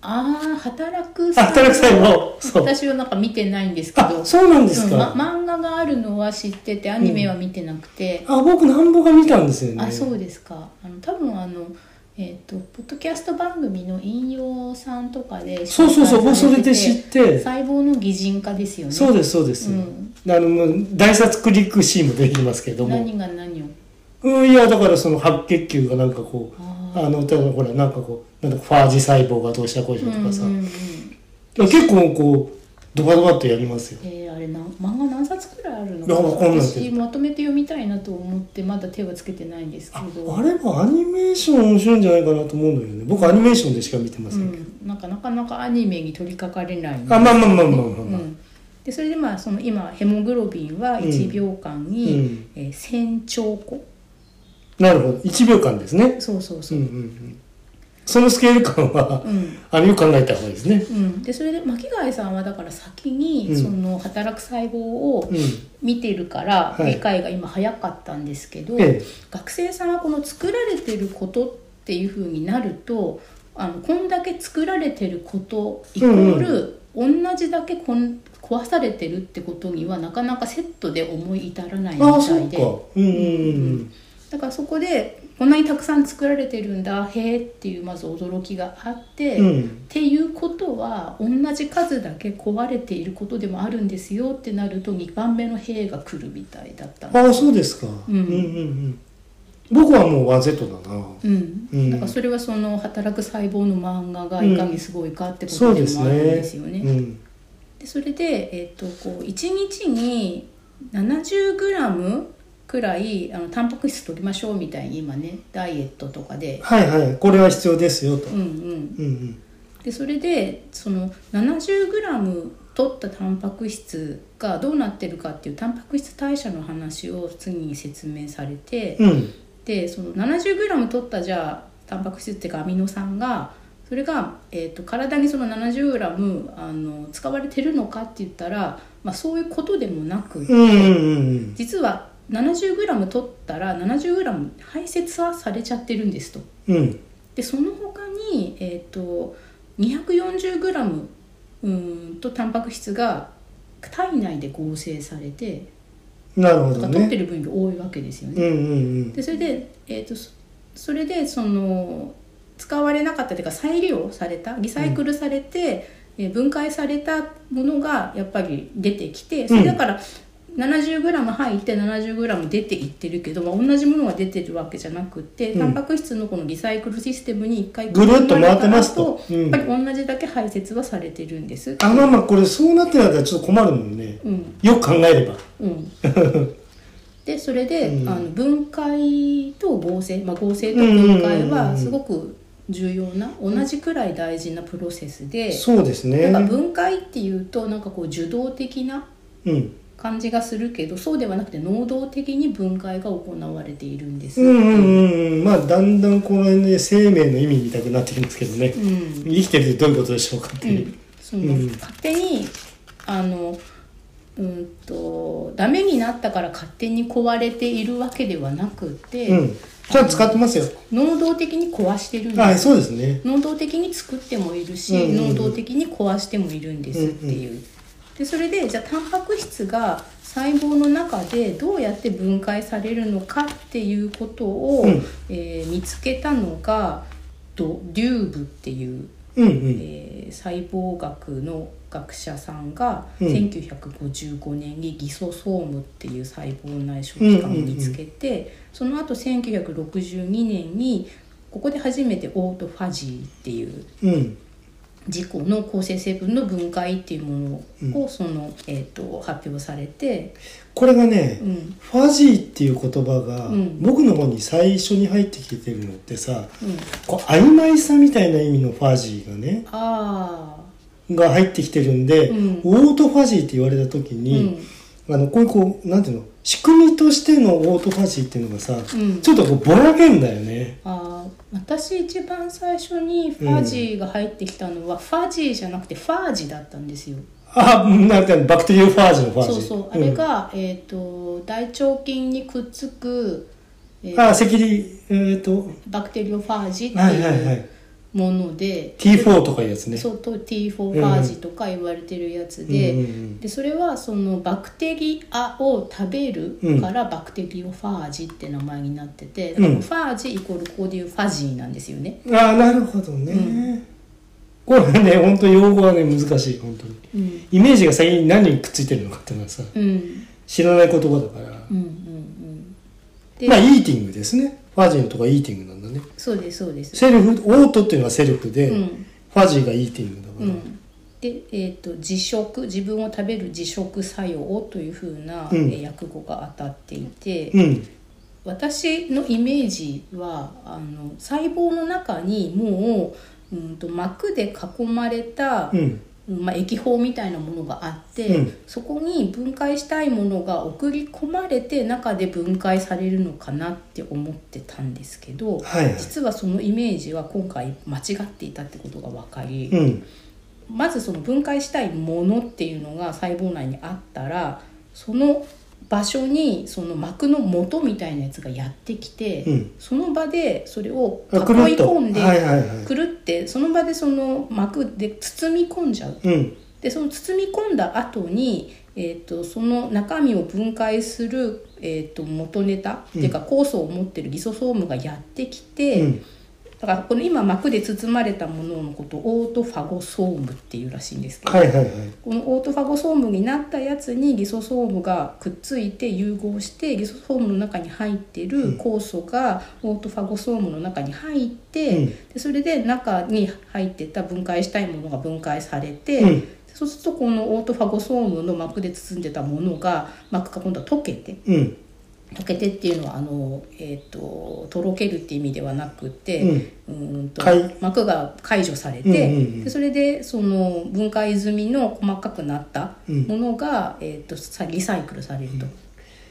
Speaker 2: ああ働く
Speaker 1: あ働く細胞そう
Speaker 2: 私はなんか見てないんですけど
Speaker 1: あそうなんです
Speaker 2: うんま
Speaker 1: か、
Speaker 2: 漫画があるのは知っててアニメは見てなくて、
Speaker 1: あ僕なんぼが見たんですよね
Speaker 2: あそうですかあの多分あのえっ、とポッドキャスト番組の引用さんとかで
Speaker 1: そうそうそう
Speaker 2: 紹介さ
Speaker 1: それ
Speaker 2: て
Speaker 1: で知って
Speaker 2: 細胞の擬人化ですよね
Speaker 1: そうですそうです、
Speaker 2: うん
Speaker 1: あのもう大殺クリックシーンもできますけども
Speaker 2: 何が何を
Speaker 1: うんいやだからその白血球がなんかこう
Speaker 2: あ
Speaker 1: あの例えばほらなんかこうなんかファージ細胞がどうしたこうし
Speaker 2: ー
Speaker 1: たとかさ、
Speaker 2: うんうんうん
Speaker 1: 結構こうドバドバっとやりますよ
Speaker 2: えーあれな漫画何冊くらいあるの
Speaker 1: いやわかんないけど
Speaker 2: 私まとめて読みたいなと思ってまだ手はつけてないんですけ
Speaker 1: あ
Speaker 2: ど
Speaker 1: あれもアニメーション面白いんじゃないかなと思うんだけどね僕アニメーションでしか見てませ
Speaker 2: うん
Speaker 1: けど、
Speaker 2: ん、なんかなかなかアニメに取り掛かれない
Speaker 1: あまあまあまあまあまあ
Speaker 2: う
Speaker 1: まあ、
Speaker 2: ん、でそれでまあその今ヘモグロビンは1秒間に、
Speaker 1: うん
Speaker 2: えー1000兆個
Speaker 1: なるほど1秒間ですね
Speaker 2: そうそう
Speaker 1: う
Speaker 2: そ
Speaker 1: ん
Speaker 2: う、
Speaker 1: うんうんそのスケール感は、
Speaker 2: うん
Speaker 1: あれを考えた方がいいですね
Speaker 2: うん、でそれで巻貝さんはだから先
Speaker 1: う
Speaker 2: に
Speaker 1: ん
Speaker 2: その働く細胞を
Speaker 1: うん
Speaker 2: 見てるから
Speaker 1: はい
Speaker 2: 理解が今早かったんですけど、
Speaker 1: ええ
Speaker 2: 学生さんはこの作られてることっていうふうになるとあのこんだけ作られてることイコール、同じだけこん壊されてるってことにはなかなかセットで思い至らないみ
Speaker 1: ああそ
Speaker 2: た
Speaker 1: う
Speaker 2: いで
Speaker 1: かうんうんうん
Speaker 2: だからそこでこんなにたくさん作られてるんだへえっていうまず驚きがあって、
Speaker 1: うん、う
Speaker 2: っ
Speaker 1: ん
Speaker 2: ていうことは同じ数だけ壊れていることでもあるんですよってなると2番目の「へえ」が来るみたいだったんで
Speaker 1: ああそうですか、うんうんうん僕はもうワンセットだな
Speaker 2: うん
Speaker 1: うん
Speaker 2: だからそれはその働く細胞の漫画がいかにすごいかってこと
Speaker 1: そう
Speaker 2: で
Speaker 1: で
Speaker 2: も
Speaker 1: す
Speaker 2: あるん
Speaker 1: ね
Speaker 2: ですよね。
Speaker 1: うん、
Speaker 2: でそれで、えっとこう1日に 70g くらいあのタンパク質取りましょうみたいに今ねダイエットとかで、
Speaker 1: はいはいこれは必要ですよと、
Speaker 2: うんうん、
Speaker 1: うんうん、
Speaker 2: でそれでその 70g 取ったタンパク質がどうなってるかっていうタンパク質代謝の話を次に説明されて、
Speaker 1: うん
Speaker 2: でその 70g 取ったじゃあタンパク質っていうかアミノ酸がそれが、えー、と体にその 70g あの使われてるのかって言ったら、まあ、そういうことでもなく、
Speaker 1: うんうんうん
Speaker 2: 実は 70g 取ったら 70g 排泄はされちゃってるんですと。
Speaker 1: うんうん
Speaker 2: でその他に、えー、と 240g うーんとタンパク質が体内で合成されて、
Speaker 1: なるほ
Speaker 2: だ
Speaker 1: ど
Speaker 2: から取って
Speaker 1: ね
Speaker 2: る分量多いわけですよね。
Speaker 1: うんうん
Speaker 2: でそれで、えー、とそそれでその使われなかったというか再利用されたリサイクルされて、えー分解されたものがやっぱり出てきてそれだから、70g 入って 70g 出ていってるけど、まあ、同じものが出てるわけじゃなくて、
Speaker 1: うん
Speaker 2: タンパク質のこのリサイクルシステムに一回
Speaker 1: ぐるっと回ってますと
Speaker 2: 組み込まれた後やっぱり同じだけ排泄はされてるんです。
Speaker 1: あまあまあこれそうなってなったらちょっと困るもんね
Speaker 2: うん
Speaker 1: よく考えれば
Speaker 2: うん、でそれで、
Speaker 1: うん
Speaker 2: あの分解と合成、まあ、合成と分解
Speaker 1: うんうんうんう
Speaker 2: は
Speaker 1: ん
Speaker 2: すごく重要な、同じくらい大事なプロセスで、
Speaker 1: そうですね
Speaker 2: なんか分解っていうとなんかこう受動的な
Speaker 1: うん
Speaker 2: 感じがするけどそうではなくて能動的に分解が行われているんです。
Speaker 1: うんうんうんうんまあだんだんこの辺で生命の意味みたくなってきますけどね
Speaker 2: うん
Speaker 1: 生きてるってどういうことでしょうかって
Speaker 2: う、
Speaker 1: いうん
Speaker 2: その、
Speaker 1: うん
Speaker 2: 勝手にあのうんとダメになったから勝手に壊れているわけではなくて、
Speaker 1: うんちゃんと使ってますよ
Speaker 2: 能動的に壊してるんです
Speaker 1: あそうですね
Speaker 2: 能動的に作ってもいるし、
Speaker 1: うんうんうん
Speaker 2: 能動的に壊してもいるんですっていう、でそれでじゃあタンパク質が細胞の中でどうやって分解されるのかっていうことを、
Speaker 1: うん
Speaker 2: えー見つけたのがドデューブっていう、
Speaker 1: うんうん
Speaker 2: えー細胞学の学者さんが、
Speaker 1: うん
Speaker 2: 1955年にギソソームっていう細胞内小器官を見つけて、その後1962年にここで初めてオートファジーっていう
Speaker 1: うん
Speaker 2: 自己の構成成分の分解っていうものをその、えー、と発表されて、
Speaker 1: これがね
Speaker 2: うん
Speaker 1: ファジーっていう言葉が
Speaker 2: うん
Speaker 1: 僕の方に最初に入ってきてるのってさ
Speaker 2: うん、
Speaker 1: こう曖昧さみたいな意味のファジーがね
Speaker 2: ああ、
Speaker 1: が入ってきてるんで、
Speaker 2: うん
Speaker 1: オートファジーって言われた時
Speaker 2: う
Speaker 1: に、
Speaker 2: ん
Speaker 1: あのこういうこうなんていうの仕組みとしてのオートファジーっていうのがさ、
Speaker 2: うん
Speaker 1: ちょっとこうぼやけんだよね
Speaker 2: あー私一番最初にファジーが入ってきたのは、ファジーじゃなくてファージだったんですよ
Speaker 1: あなんかバクテリアファージのファージ
Speaker 2: そうそうあれ、が、えっ、と大腸菌にくっつく、え
Speaker 1: う
Speaker 2: ー
Speaker 1: んあ赤痢えー、っと
Speaker 2: バクテリオファージって
Speaker 1: はいはいはいいう
Speaker 2: もので、
Speaker 1: T4 とかいうやつね
Speaker 2: そうと T4 ファージとか言われてるやつ
Speaker 1: う
Speaker 2: で,、
Speaker 1: んうんうん
Speaker 2: でそれはそのバクテリアを食べるからバクテリオファージって名前になってて、だから
Speaker 1: うん
Speaker 2: ファージイコールこういうファジーなんですよね。
Speaker 1: ああなるほどね、
Speaker 2: う
Speaker 1: これね本当用語はね難しい本当に
Speaker 2: うん
Speaker 1: イメージが先に何にくっついてるのかっていうのはさ
Speaker 2: うんうん
Speaker 1: 知らない言葉だから、
Speaker 2: うんうんで
Speaker 1: まあイーティングですねファジーのとかイーティングなんだね
Speaker 2: そうですそうです。
Speaker 1: セルフオートっていうのはセルフで、
Speaker 2: うん
Speaker 1: ファジーがイーティングだから、
Speaker 2: うんでえー、と自食自分を食べる自食作用というふうな、
Speaker 1: うん
Speaker 2: えー訳語が当たっていて、
Speaker 1: うん、
Speaker 2: 私のイメージはあの細胞の中にもう、うん、と膜で囲まれた、
Speaker 1: うん、
Speaker 2: まあ、液胞みたいなものがあって、
Speaker 1: うん
Speaker 2: そこに分解したいものが送り込まれて中で分解されるのかなって思ってたんですけど、
Speaker 1: はいはい
Speaker 2: 実はそのイメージは今回間違っていたってことが分かり。
Speaker 1: うん、
Speaker 2: まずその分解したいものっていうのが細胞内にあったらその場所にその膜の元みたいなやつがやってきて、
Speaker 1: うん
Speaker 2: その場でそれを囲
Speaker 1: あくる
Speaker 2: い
Speaker 1: っと
Speaker 2: 込んで
Speaker 1: はいはいはい
Speaker 2: くるってその場でその膜で包み込んじゃう。
Speaker 1: うん、
Speaker 2: でその包み込んだ後にえー、とその中身を分解する、えー、と元ネタ、っていうか酵素を持ってるギソソームがやってきて、
Speaker 1: うん、
Speaker 2: だからこの今膜で包まれたもののことをオートファゴソームっていうらしいんですけど、
Speaker 1: はいはいはい
Speaker 2: このオートファゴソームになったやつにギソソームがくっついて融合してギソソームの中に入ってる酵素がオートファゴソームの中に入って、
Speaker 1: うん
Speaker 2: でそれで中に入ってた分解したいものが分解されて、
Speaker 1: うん
Speaker 2: そうするとこのオートファゴソームの膜で包んでたものが膜が今度は溶けて
Speaker 1: うん
Speaker 2: 溶けてっていうのはあの、えー、ととろけるっていう意味ではなくて、うーんと
Speaker 1: 解
Speaker 2: 膜が解除されて、
Speaker 1: うんうんうん
Speaker 2: でそれでその分解済みの細かくなった
Speaker 1: うん
Speaker 2: ものが、えー、とさリサイクルされると。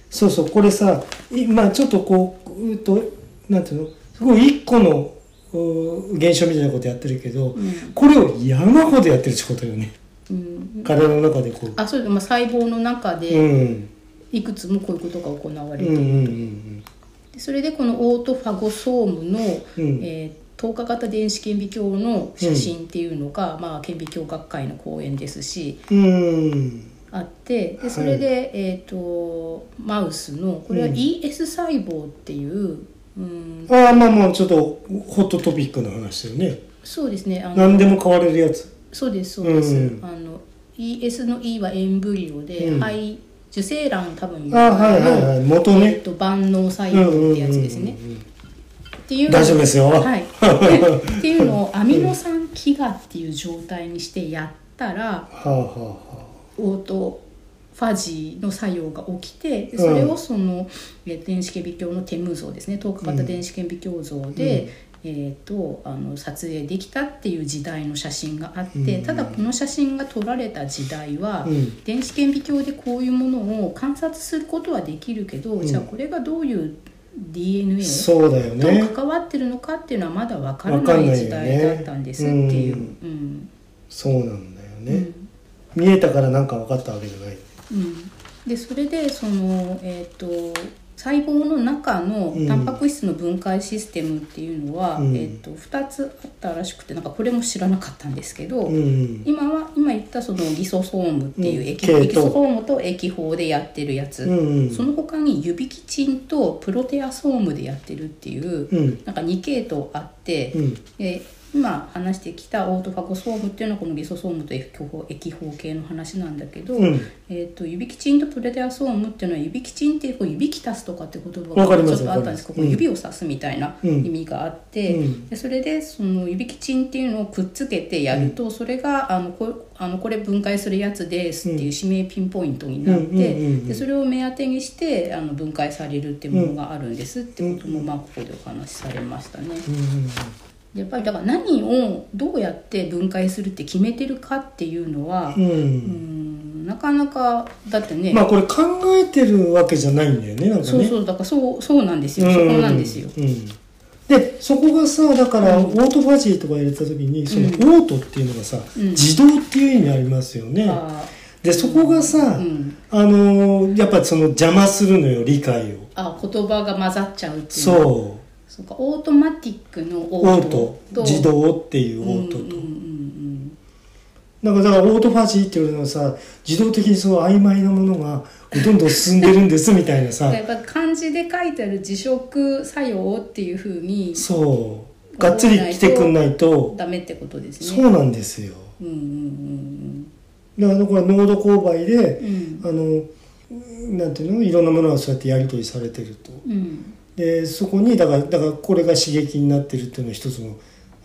Speaker 1: そうそうこれさ今ちょっとこううーっとなんていうのすごい一個のうー現象みたいなことやってるけど、
Speaker 2: ん
Speaker 1: これを山ほどやってるってことよね
Speaker 2: うん
Speaker 1: 体の中でこう
Speaker 2: あそういうまあ、細胞の中
Speaker 1: う
Speaker 2: で
Speaker 1: ん
Speaker 2: いくつもこういうことが行わ
Speaker 1: う
Speaker 2: れ
Speaker 1: ん
Speaker 2: る、
Speaker 1: うんうん
Speaker 2: でそれでこのオートファゴソームの、
Speaker 1: うん
Speaker 2: えー透過型電子顕微鏡の写真っていうのが、まあ、顕微鏡学会の講演ですし
Speaker 1: うんうん
Speaker 2: あってで
Speaker 1: い
Speaker 2: それで、えー、とマウスのこれは ES 細胞っていう、うん、
Speaker 1: ああまあまあちょっとホットトピックの話だよね
Speaker 2: そうですねあの
Speaker 1: 何でも変われるやつ
Speaker 2: そうですそうです、
Speaker 1: うん
Speaker 2: あの ES の E はエンブリオで、
Speaker 1: うん
Speaker 2: 肺受精卵多分
Speaker 1: ああはいはいはい元
Speaker 2: えっ
Speaker 1: ね
Speaker 2: と万能細
Speaker 1: うんうん
Speaker 2: 胞
Speaker 1: う
Speaker 2: っ
Speaker 1: ん
Speaker 2: てやつですね、っていうのを
Speaker 1: 大丈夫ですよ
Speaker 2: はい、っていうのをアミノ酸飢餓っていう状態にしてやったら
Speaker 1: はあはあはあ
Speaker 2: オートファジーの作用が起きてでそれをその、えー電子顕微鏡のテム像ですね透過型電子顕微鏡像で、えー、とあの撮影できたっていう時代の写真があって、
Speaker 1: うん
Speaker 2: ただこの写真が撮られた時代は、
Speaker 1: うん
Speaker 2: 電子顕微鏡でこういうものを観察することはできるけど、
Speaker 1: ん
Speaker 2: じゃあこれがどういう DNA
Speaker 1: そうだよ
Speaker 2: と
Speaker 1: ね
Speaker 2: 関わってるのかっていうのはまだ分から
Speaker 1: わか
Speaker 2: なん
Speaker 1: ないよ
Speaker 2: い
Speaker 1: ね
Speaker 2: 時代だったんですっていう。
Speaker 1: う
Speaker 2: うん
Speaker 1: そうなんだよ
Speaker 2: う
Speaker 1: ね
Speaker 2: ん
Speaker 1: 見えたからなんか分かったわけじゃない
Speaker 2: うん、でそれでその、えー、と細胞の中の
Speaker 1: うん
Speaker 2: タンパク質の分解システムっていうのは、
Speaker 1: うん
Speaker 2: えー、と2つあったらしくてなんかこれも知らなかったんですけど、
Speaker 1: うん
Speaker 2: 今は今言ったそのギソソームっていう
Speaker 1: うん
Speaker 2: 液,、
Speaker 1: 系統
Speaker 2: エキソソームと液胞でやってるやつ、
Speaker 1: うんうん
Speaker 2: その他にユビキチンとプロテアソームでやってるっていう、
Speaker 1: うん
Speaker 2: なんか2系統あって。
Speaker 1: うん
Speaker 2: で今話してきたオートファゴソームっていうのはこのギソソームと液胞液胞系の話なんだけど、
Speaker 1: うん
Speaker 2: えー、と指キチンとプレテアソームっていうのは指キチンってこう指きたすとかって言葉
Speaker 1: わかり
Speaker 2: がち
Speaker 1: ま
Speaker 2: ょっ
Speaker 1: す
Speaker 2: とあったんですけど
Speaker 1: わかります
Speaker 2: 指を指すみたいな
Speaker 1: う
Speaker 2: 意
Speaker 1: ん
Speaker 2: 味があって、
Speaker 1: うん
Speaker 2: でそれでその指キチンっていうのをくっつけてやると、それがあのこあのこれ分解するやつですっていう指名ピンポイントになって、
Speaker 1: うんうんうんうん
Speaker 2: でそれを目当てにしてあの分解されるっていうものがあるんですってこともまあここでお話しされましたね。
Speaker 1: うん
Speaker 2: やっぱりだから何をどうやって分解するって決めてるかっていうのは、
Speaker 1: う
Speaker 2: うんんなかなかだってね、
Speaker 1: まあこれ考えてるわけじゃないんだよねなんかね
Speaker 2: そうそうだからそうそうなんですよ、そこなんですよ。
Speaker 1: うんうんでそこがさだからオートファジーとか入れた時にそのオートっていうのがさ、
Speaker 2: うん
Speaker 1: 自動っていう意味ありますよね、
Speaker 2: あ
Speaker 1: でそこが
Speaker 2: ー
Speaker 1: さ、
Speaker 2: うん、
Speaker 1: あのーやっぱその邪魔するのよ理解を
Speaker 2: あ言葉が混ざっちゃうっていう
Speaker 1: そう
Speaker 2: そうかオートマティックのオ
Speaker 1: オー
Speaker 2: ート
Speaker 1: ト
Speaker 2: と
Speaker 1: 自動っていうオートと、
Speaker 2: うんうんうん
Speaker 1: なんかだからオートファジーっていうのはさ自動的にその曖昧なものがどんどん進んでるんですみたいな
Speaker 2: うん、
Speaker 1: さ
Speaker 2: やっぱ漢字 で書いてある辞職作用っていうふうに
Speaker 1: そうがっつり来てくんないと
Speaker 2: ダメってことです
Speaker 1: そ
Speaker 2: ね。
Speaker 1: うなんですよ
Speaker 2: うんうん
Speaker 1: だからこれ濃度勾配で
Speaker 2: うんうん
Speaker 1: あのなんていうのいろんなものがそうやってやり取りされてると
Speaker 2: うん
Speaker 1: でそこにだからだからこれが刺激になってるっていうのが一つの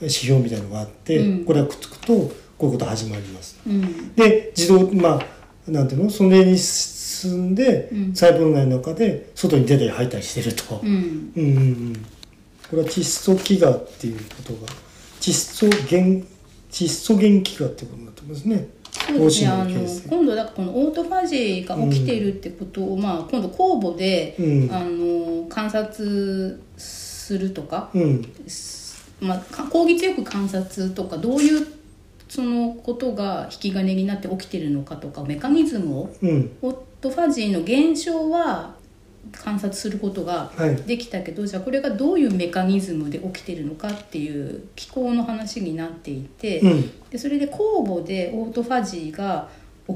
Speaker 1: 指標みたいなのがあって、
Speaker 2: うん
Speaker 1: これがくっつくとこういうこと始まります
Speaker 2: うん
Speaker 1: で自動まあなんていうのそれに進んで、
Speaker 2: うん
Speaker 1: 細胞内の中で外に出たり入ったりしてると、
Speaker 2: うんうん
Speaker 1: うんうんうんこれは窒素飢餓っていうことが窒素減窒素減飢餓ってことになってますね
Speaker 2: そうですねあ
Speaker 1: 方
Speaker 2: の
Speaker 1: 針の形成
Speaker 2: 今度だからこのオートファジーが起きているってことを、まあ、今度公募で、
Speaker 1: うん
Speaker 2: あの観察するとか、
Speaker 1: うん
Speaker 2: まあ、か抗議強く観察とかどういうそのことが引き金になって起きてるのかとかメカニズムを
Speaker 1: うん
Speaker 2: オットファジーの現象は観察することが
Speaker 1: はい
Speaker 2: できたけどじゃあこれがどういうメカニズムで起きてるのかっていう機構の話になっていて、
Speaker 1: うん
Speaker 2: でそれで公募でオートファジーが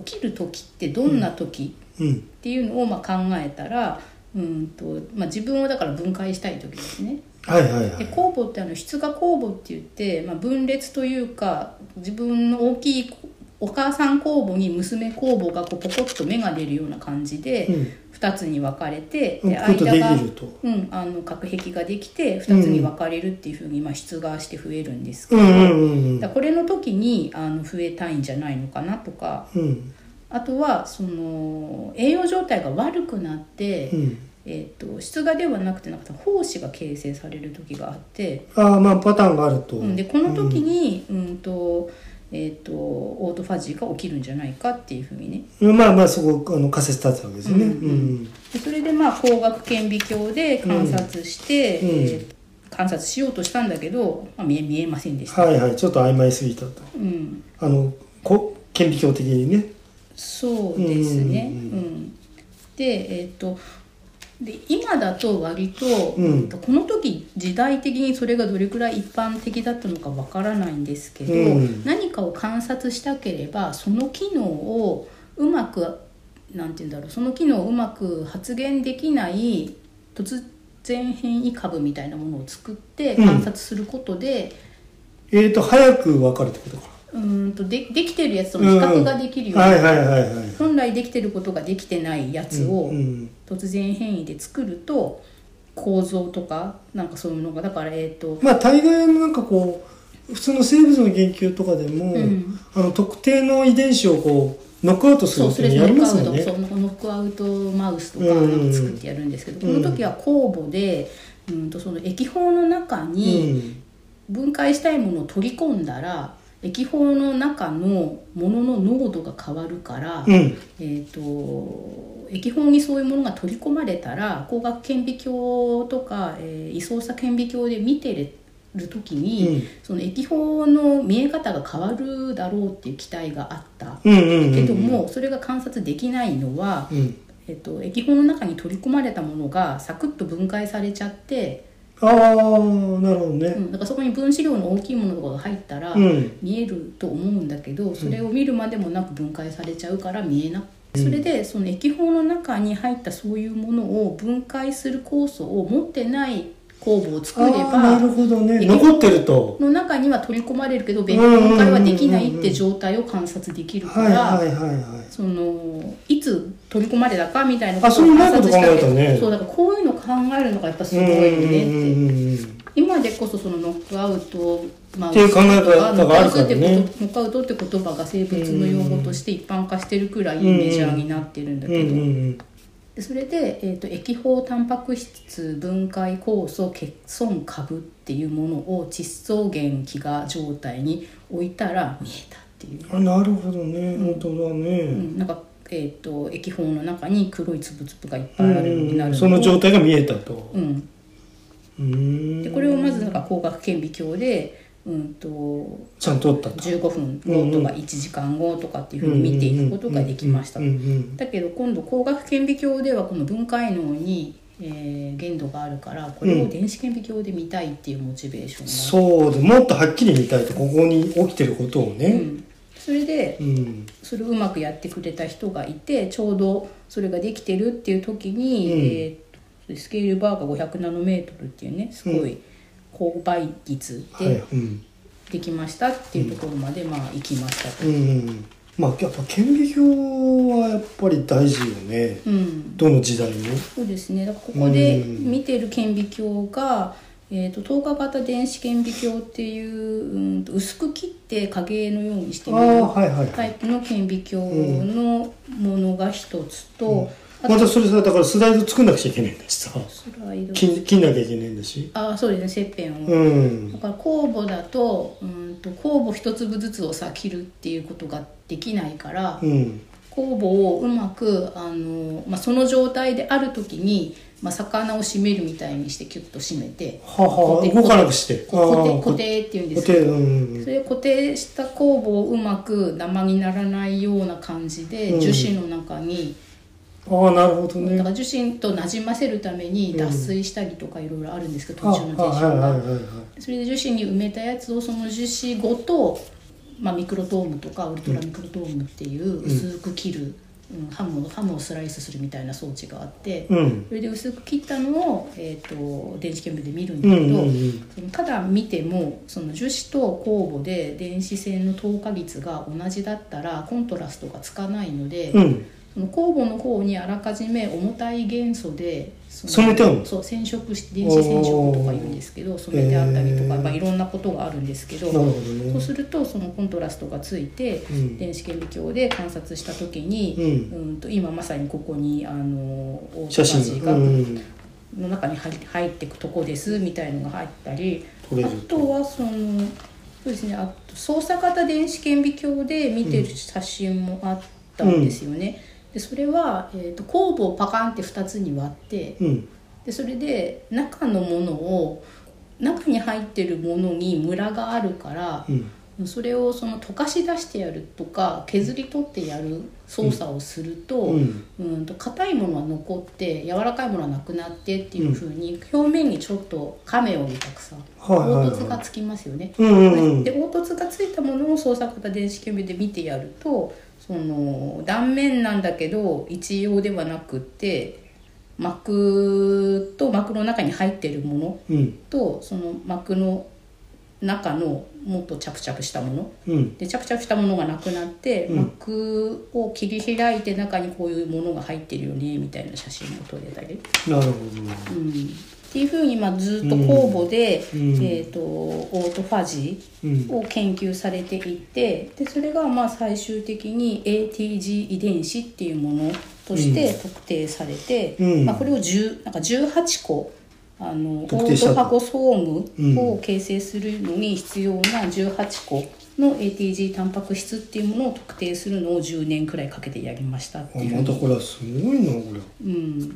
Speaker 2: 起きる時ってどんな時
Speaker 1: うん
Speaker 2: っていうのをまあ考えたら、うんとまあ、自分をだから分解したい時ですね。
Speaker 1: はいはいは
Speaker 2: で
Speaker 1: い
Speaker 2: 酵母ってあの質が酵母って言って、まあ、分裂というか自分の大きいお母さん酵母に娘酵母がこうポコッと芽が出るような感じで
Speaker 1: うん
Speaker 2: 2つに分かれて、
Speaker 1: うん
Speaker 2: で
Speaker 1: ことで
Speaker 2: が
Speaker 1: きると
Speaker 2: うん、あの隔壁ができて2つに分かれるっていうふうにまあ質がして増えるんですけ
Speaker 1: う
Speaker 2: ど、
Speaker 1: んうんうん
Speaker 2: だからこれの時にあの増えたいんじゃないのかなとか
Speaker 1: うん
Speaker 2: あとはその栄養状態が悪くなって、
Speaker 1: うん
Speaker 2: えっと質がではなくてなんか胞子が形成される時があって。
Speaker 1: ああまあパターンがあると、
Speaker 2: うん、でこの時に、うんとえー、とオートファジーが起きるんじゃないかっていうふうにね
Speaker 1: うんまあまあそこあの仮説立つわけですね、う
Speaker 2: うんんでそれでまあ光学顕微鏡で観察して、
Speaker 1: うん
Speaker 2: えー観察しようとしたんだけど、まあ、見え見えませんでした、
Speaker 1: はいはいちょっと曖昧すぎたと
Speaker 2: うん、
Speaker 1: あのこ顕微鏡的にね
Speaker 2: そうですね、
Speaker 1: う
Speaker 2: うんんでえっ、とで今だと割と、
Speaker 1: うん
Speaker 2: この時時代的にそれがどれくらい一般的だったのかわからないんですけど、
Speaker 1: うん
Speaker 2: 何かを観察したければその機能をうまくなんて言うんだろうその機能をうまく発現できない突然変異株みたいなものを作って観察することで、
Speaker 1: えっ、ー、と早く分かるってことか
Speaker 2: うーんとでできてるやつとの比較ができるように
Speaker 1: うんはいはいはいはい
Speaker 2: 本来できてることができてないやつを
Speaker 1: うんうん
Speaker 2: 突然変異で作ると構造とかなんかそういうのがだからえっ、と
Speaker 1: まあ大概のなんかこう普通の生物の研究とかでも、
Speaker 2: うん
Speaker 1: あの特定の遺伝子をこうノックアウトする
Speaker 2: そう
Speaker 1: っ
Speaker 2: そ
Speaker 1: ていう
Speaker 2: れ
Speaker 1: の
Speaker 2: で
Speaker 1: やり
Speaker 2: ノッ
Speaker 1: ま
Speaker 2: クア
Speaker 1: す
Speaker 2: ウ
Speaker 1: よ
Speaker 2: ト、
Speaker 1: ね
Speaker 2: そうノックアウトマウスとか
Speaker 1: うん
Speaker 2: なんか作ってやるんですけど、
Speaker 1: うん
Speaker 2: この時は酵母でうんとその液胞の中に分解したいものを取り込んだら液胞の中のものの濃度が変わるから、
Speaker 1: うんうん
Speaker 2: えー、と液胞にそういうものが取り込まれたら光学顕微鏡とか、えー、位相差顕微鏡で見てる時
Speaker 1: う
Speaker 2: に、
Speaker 1: ん
Speaker 2: その液胞の見え方が変わるだろうっていう期待があった
Speaker 1: うんうんうん
Speaker 2: けども、それが観察できないのは、
Speaker 1: うん
Speaker 2: えー、と液胞の中に取り込まれたものがサクッと分解されちゃって、
Speaker 1: ああなるほど
Speaker 2: う
Speaker 1: ね
Speaker 2: ん、だからそこに分子量の大きいものとかが入ったら、
Speaker 1: うん
Speaker 2: 見えると思うんだけどそれを見るまでもなく分解されちゃうから見えなそれでその液胞の中に入ったそういうものを分解する酵素を持ってない酵母を作れ
Speaker 1: ああなる
Speaker 2: ば
Speaker 1: ほどね
Speaker 2: 液
Speaker 1: 残ってると
Speaker 2: の中には取り込まれるけど別
Speaker 1: うんうんうんうん
Speaker 2: 分解はできないって状態を観察できるか
Speaker 1: はいは
Speaker 2: ら
Speaker 1: いはいはい
Speaker 2: そのいつ取り込まれたかみたいな
Speaker 1: あそれうまいこと考えたね
Speaker 2: そうだからこういうの考えるのがやっぱす
Speaker 1: う
Speaker 2: ご
Speaker 1: ん
Speaker 2: いよねって。
Speaker 1: うんうんうん
Speaker 2: 今でこそそのノックアウト、まあ、
Speaker 1: っていう考え方があるからね
Speaker 2: ノックアウトって言葉が性別の用語として一般化してるくらいメジャーになってるんだ
Speaker 1: うん
Speaker 2: けど、
Speaker 1: うん
Speaker 2: でそれで、えー、と液胞タンパク質分解酵素欠損株っていうものを窒素原飢餓状態に置いたら見えたっていう、
Speaker 1: うんあなるほどね本当だね
Speaker 2: うん、なんかえー、と液胞の中に黒い粒々がいっぱいあるようになる
Speaker 1: その状
Speaker 2: 態、
Speaker 1: 態が見えたと
Speaker 2: う。
Speaker 1: う
Speaker 2: ん、
Speaker 1: ん
Speaker 2: でこれをまずなんか光学顕微鏡で、うん、と
Speaker 1: ちゃんと撮ったと。
Speaker 2: 15分後とか1時間後とかっていうふうに見ていくことができました
Speaker 1: うんうんうん
Speaker 2: だけど今度光学顕微鏡ではこの分解能に、えー限度があるからこれを電子顕微鏡で見たいっていうモチベーション
Speaker 1: そ
Speaker 2: が、
Speaker 1: うでもっとはっきり見たいとここに起きてることを
Speaker 2: う
Speaker 1: ね。
Speaker 2: んそれで
Speaker 1: うん
Speaker 2: それをうまくやってくれた人がいてちょうどそれができてるっていう時に、
Speaker 1: うん
Speaker 2: えーとスケールバーが500ナノメートルっていうねすごい高倍率
Speaker 1: はい
Speaker 2: で
Speaker 1: うん
Speaker 2: できましたっていうところまでまあ行きましたと。
Speaker 1: うんまあやっぱ顕微鏡はやっぱり大事よね。
Speaker 2: うん
Speaker 1: どの時代も。
Speaker 2: そうですね。だからここで
Speaker 1: うん
Speaker 2: 見てる顕微鏡が、えっ、と透過型電子顕微鏡っていう、うんと、薄く切って影絵のようにして
Speaker 1: あ
Speaker 2: みる
Speaker 1: あはいはいは
Speaker 2: タ
Speaker 1: い。
Speaker 2: イプの顕微鏡のものが一つと、あ
Speaker 1: ま
Speaker 2: と
Speaker 1: たそれさだからスライド作んなくちゃいけないんだしさ。
Speaker 2: スライド。
Speaker 1: 切切んなきゃいけないんだし。
Speaker 2: あ、そうですね。切片を。
Speaker 1: うん
Speaker 2: だ。から酵母だと、うんと酵母一粒ずつをさ切るっていうことができないから。
Speaker 1: うん。
Speaker 2: 酵母をうまくあの、まあ、その状態である時に、まあ、魚を締めるみたいにしてキュッと締めて
Speaker 1: はあは
Speaker 2: 固
Speaker 1: あ
Speaker 2: 定
Speaker 1: 動かなくして。
Speaker 2: こ固定固
Speaker 1: 定。
Speaker 2: 定っていうんで
Speaker 1: 固
Speaker 2: すけ
Speaker 1: 定
Speaker 2: ど
Speaker 1: うんうん
Speaker 2: それ固定した酵母をうまくダマにならないような感じ
Speaker 1: う
Speaker 2: で
Speaker 1: ん
Speaker 2: 樹脂の中に、
Speaker 1: うん。ああなるほど
Speaker 2: だか
Speaker 1: ね。
Speaker 2: ら樹脂となじませるために脱水したりとかいろいろあるんですけど、
Speaker 1: あ
Speaker 2: 途中
Speaker 1: あ
Speaker 2: の結
Speaker 1: はい
Speaker 2: 晶
Speaker 1: はいは
Speaker 2: が。
Speaker 1: いはい。
Speaker 2: それで樹脂に埋めたやつをその樹脂ごと、まあ、ミクロトームとかウルトラミクロトームっていう薄く切る、うんハムをハムをスライスするみたいな装置があって、
Speaker 1: うん
Speaker 2: それで薄く切ったのを、えー、と電子顕微で見るん
Speaker 1: う
Speaker 2: だ
Speaker 1: ん
Speaker 2: け
Speaker 1: う
Speaker 2: ど、
Speaker 1: んうん。
Speaker 2: そのただ見てもその樹脂と酵母で電子線の透過率が同じだったらコントラストがつかないので、
Speaker 1: うん。
Speaker 2: その酵母の方にあらかじめ重たい元素で
Speaker 1: 染めてあるの
Speaker 2: そう染色し電子染色とか言うんですけど染めてあったりとか、
Speaker 1: へー
Speaker 2: まあ、いろんなことがあるんですけど
Speaker 1: なるほど
Speaker 2: そう
Speaker 1: ね。
Speaker 2: するとそのコントラストがついて、
Speaker 1: うん
Speaker 2: 電子顕微鏡で観察した時に、
Speaker 1: うん。
Speaker 2: うんと今まさにここにあの大
Speaker 1: 写
Speaker 2: 手
Speaker 1: 真
Speaker 2: 橋
Speaker 1: が、
Speaker 2: が
Speaker 1: うん、
Speaker 2: の中に入って入ってくとこですみたいのが入ったり
Speaker 1: 撮れる
Speaker 2: あとはそのそうですねあと操作型電子顕微鏡で見てる写真もあったんですよね。でそれは、えー、と酵母をパカンって2つに割って
Speaker 1: うん、
Speaker 2: でそれで中のものを中に入ってるものにムラがあるから
Speaker 1: う、ん、
Speaker 2: それをその溶かし出してやるとか削り取ってやる操作をすると、
Speaker 1: うん
Speaker 2: うんと硬いものは残って柔らかいものはなくなってっていうふうに、表面にちょっとカメオにたくさん、
Speaker 1: はいはいはい
Speaker 2: 凹凸がつきますよね。
Speaker 1: うん、うん、
Speaker 2: で凹凸がついたものを操作型電子顕微で見てやるとその断面なんだけど一様ではなくって膜と膜の中に入ってるもの
Speaker 1: うん、
Speaker 2: とその膜の中のもっとチャプチャプしたもの
Speaker 1: うん、
Speaker 2: でチャプチャプしたものがなくなって、
Speaker 1: うん
Speaker 2: 膜を切り開いて中にこういうものが入ってるよねみたいな写真も撮れたり、
Speaker 1: なるほど。
Speaker 2: うん、っていうふうに、まあ、ずっと公募で、
Speaker 1: うんうん
Speaker 2: えー、とオートファジ
Speaker 1: うん
Speaker 2: ーを研究されていてでそれがまあ最終的に ATG 遺伝子っていうものとして特定されて、
Speaker 1: うん
Speaker 2: まあ、これを10なんか18個。あのオ
Speaker 1: 特定
Speaker 2: ー
Speaker 1: した
Speaker 2: ト
Speaker 1: と
Speaker 2: ファゴソーム
Speaker 1: う
Speaker 2: を形成するのに必要な18個の ATG タンパク質っていうものを特定するのを10年くらいかけてやりましたっ
Speaker 1: あ、
Speaker 2: ていう
Speaker 1: またこれはすごいな、これ。
Speaker 2: うん、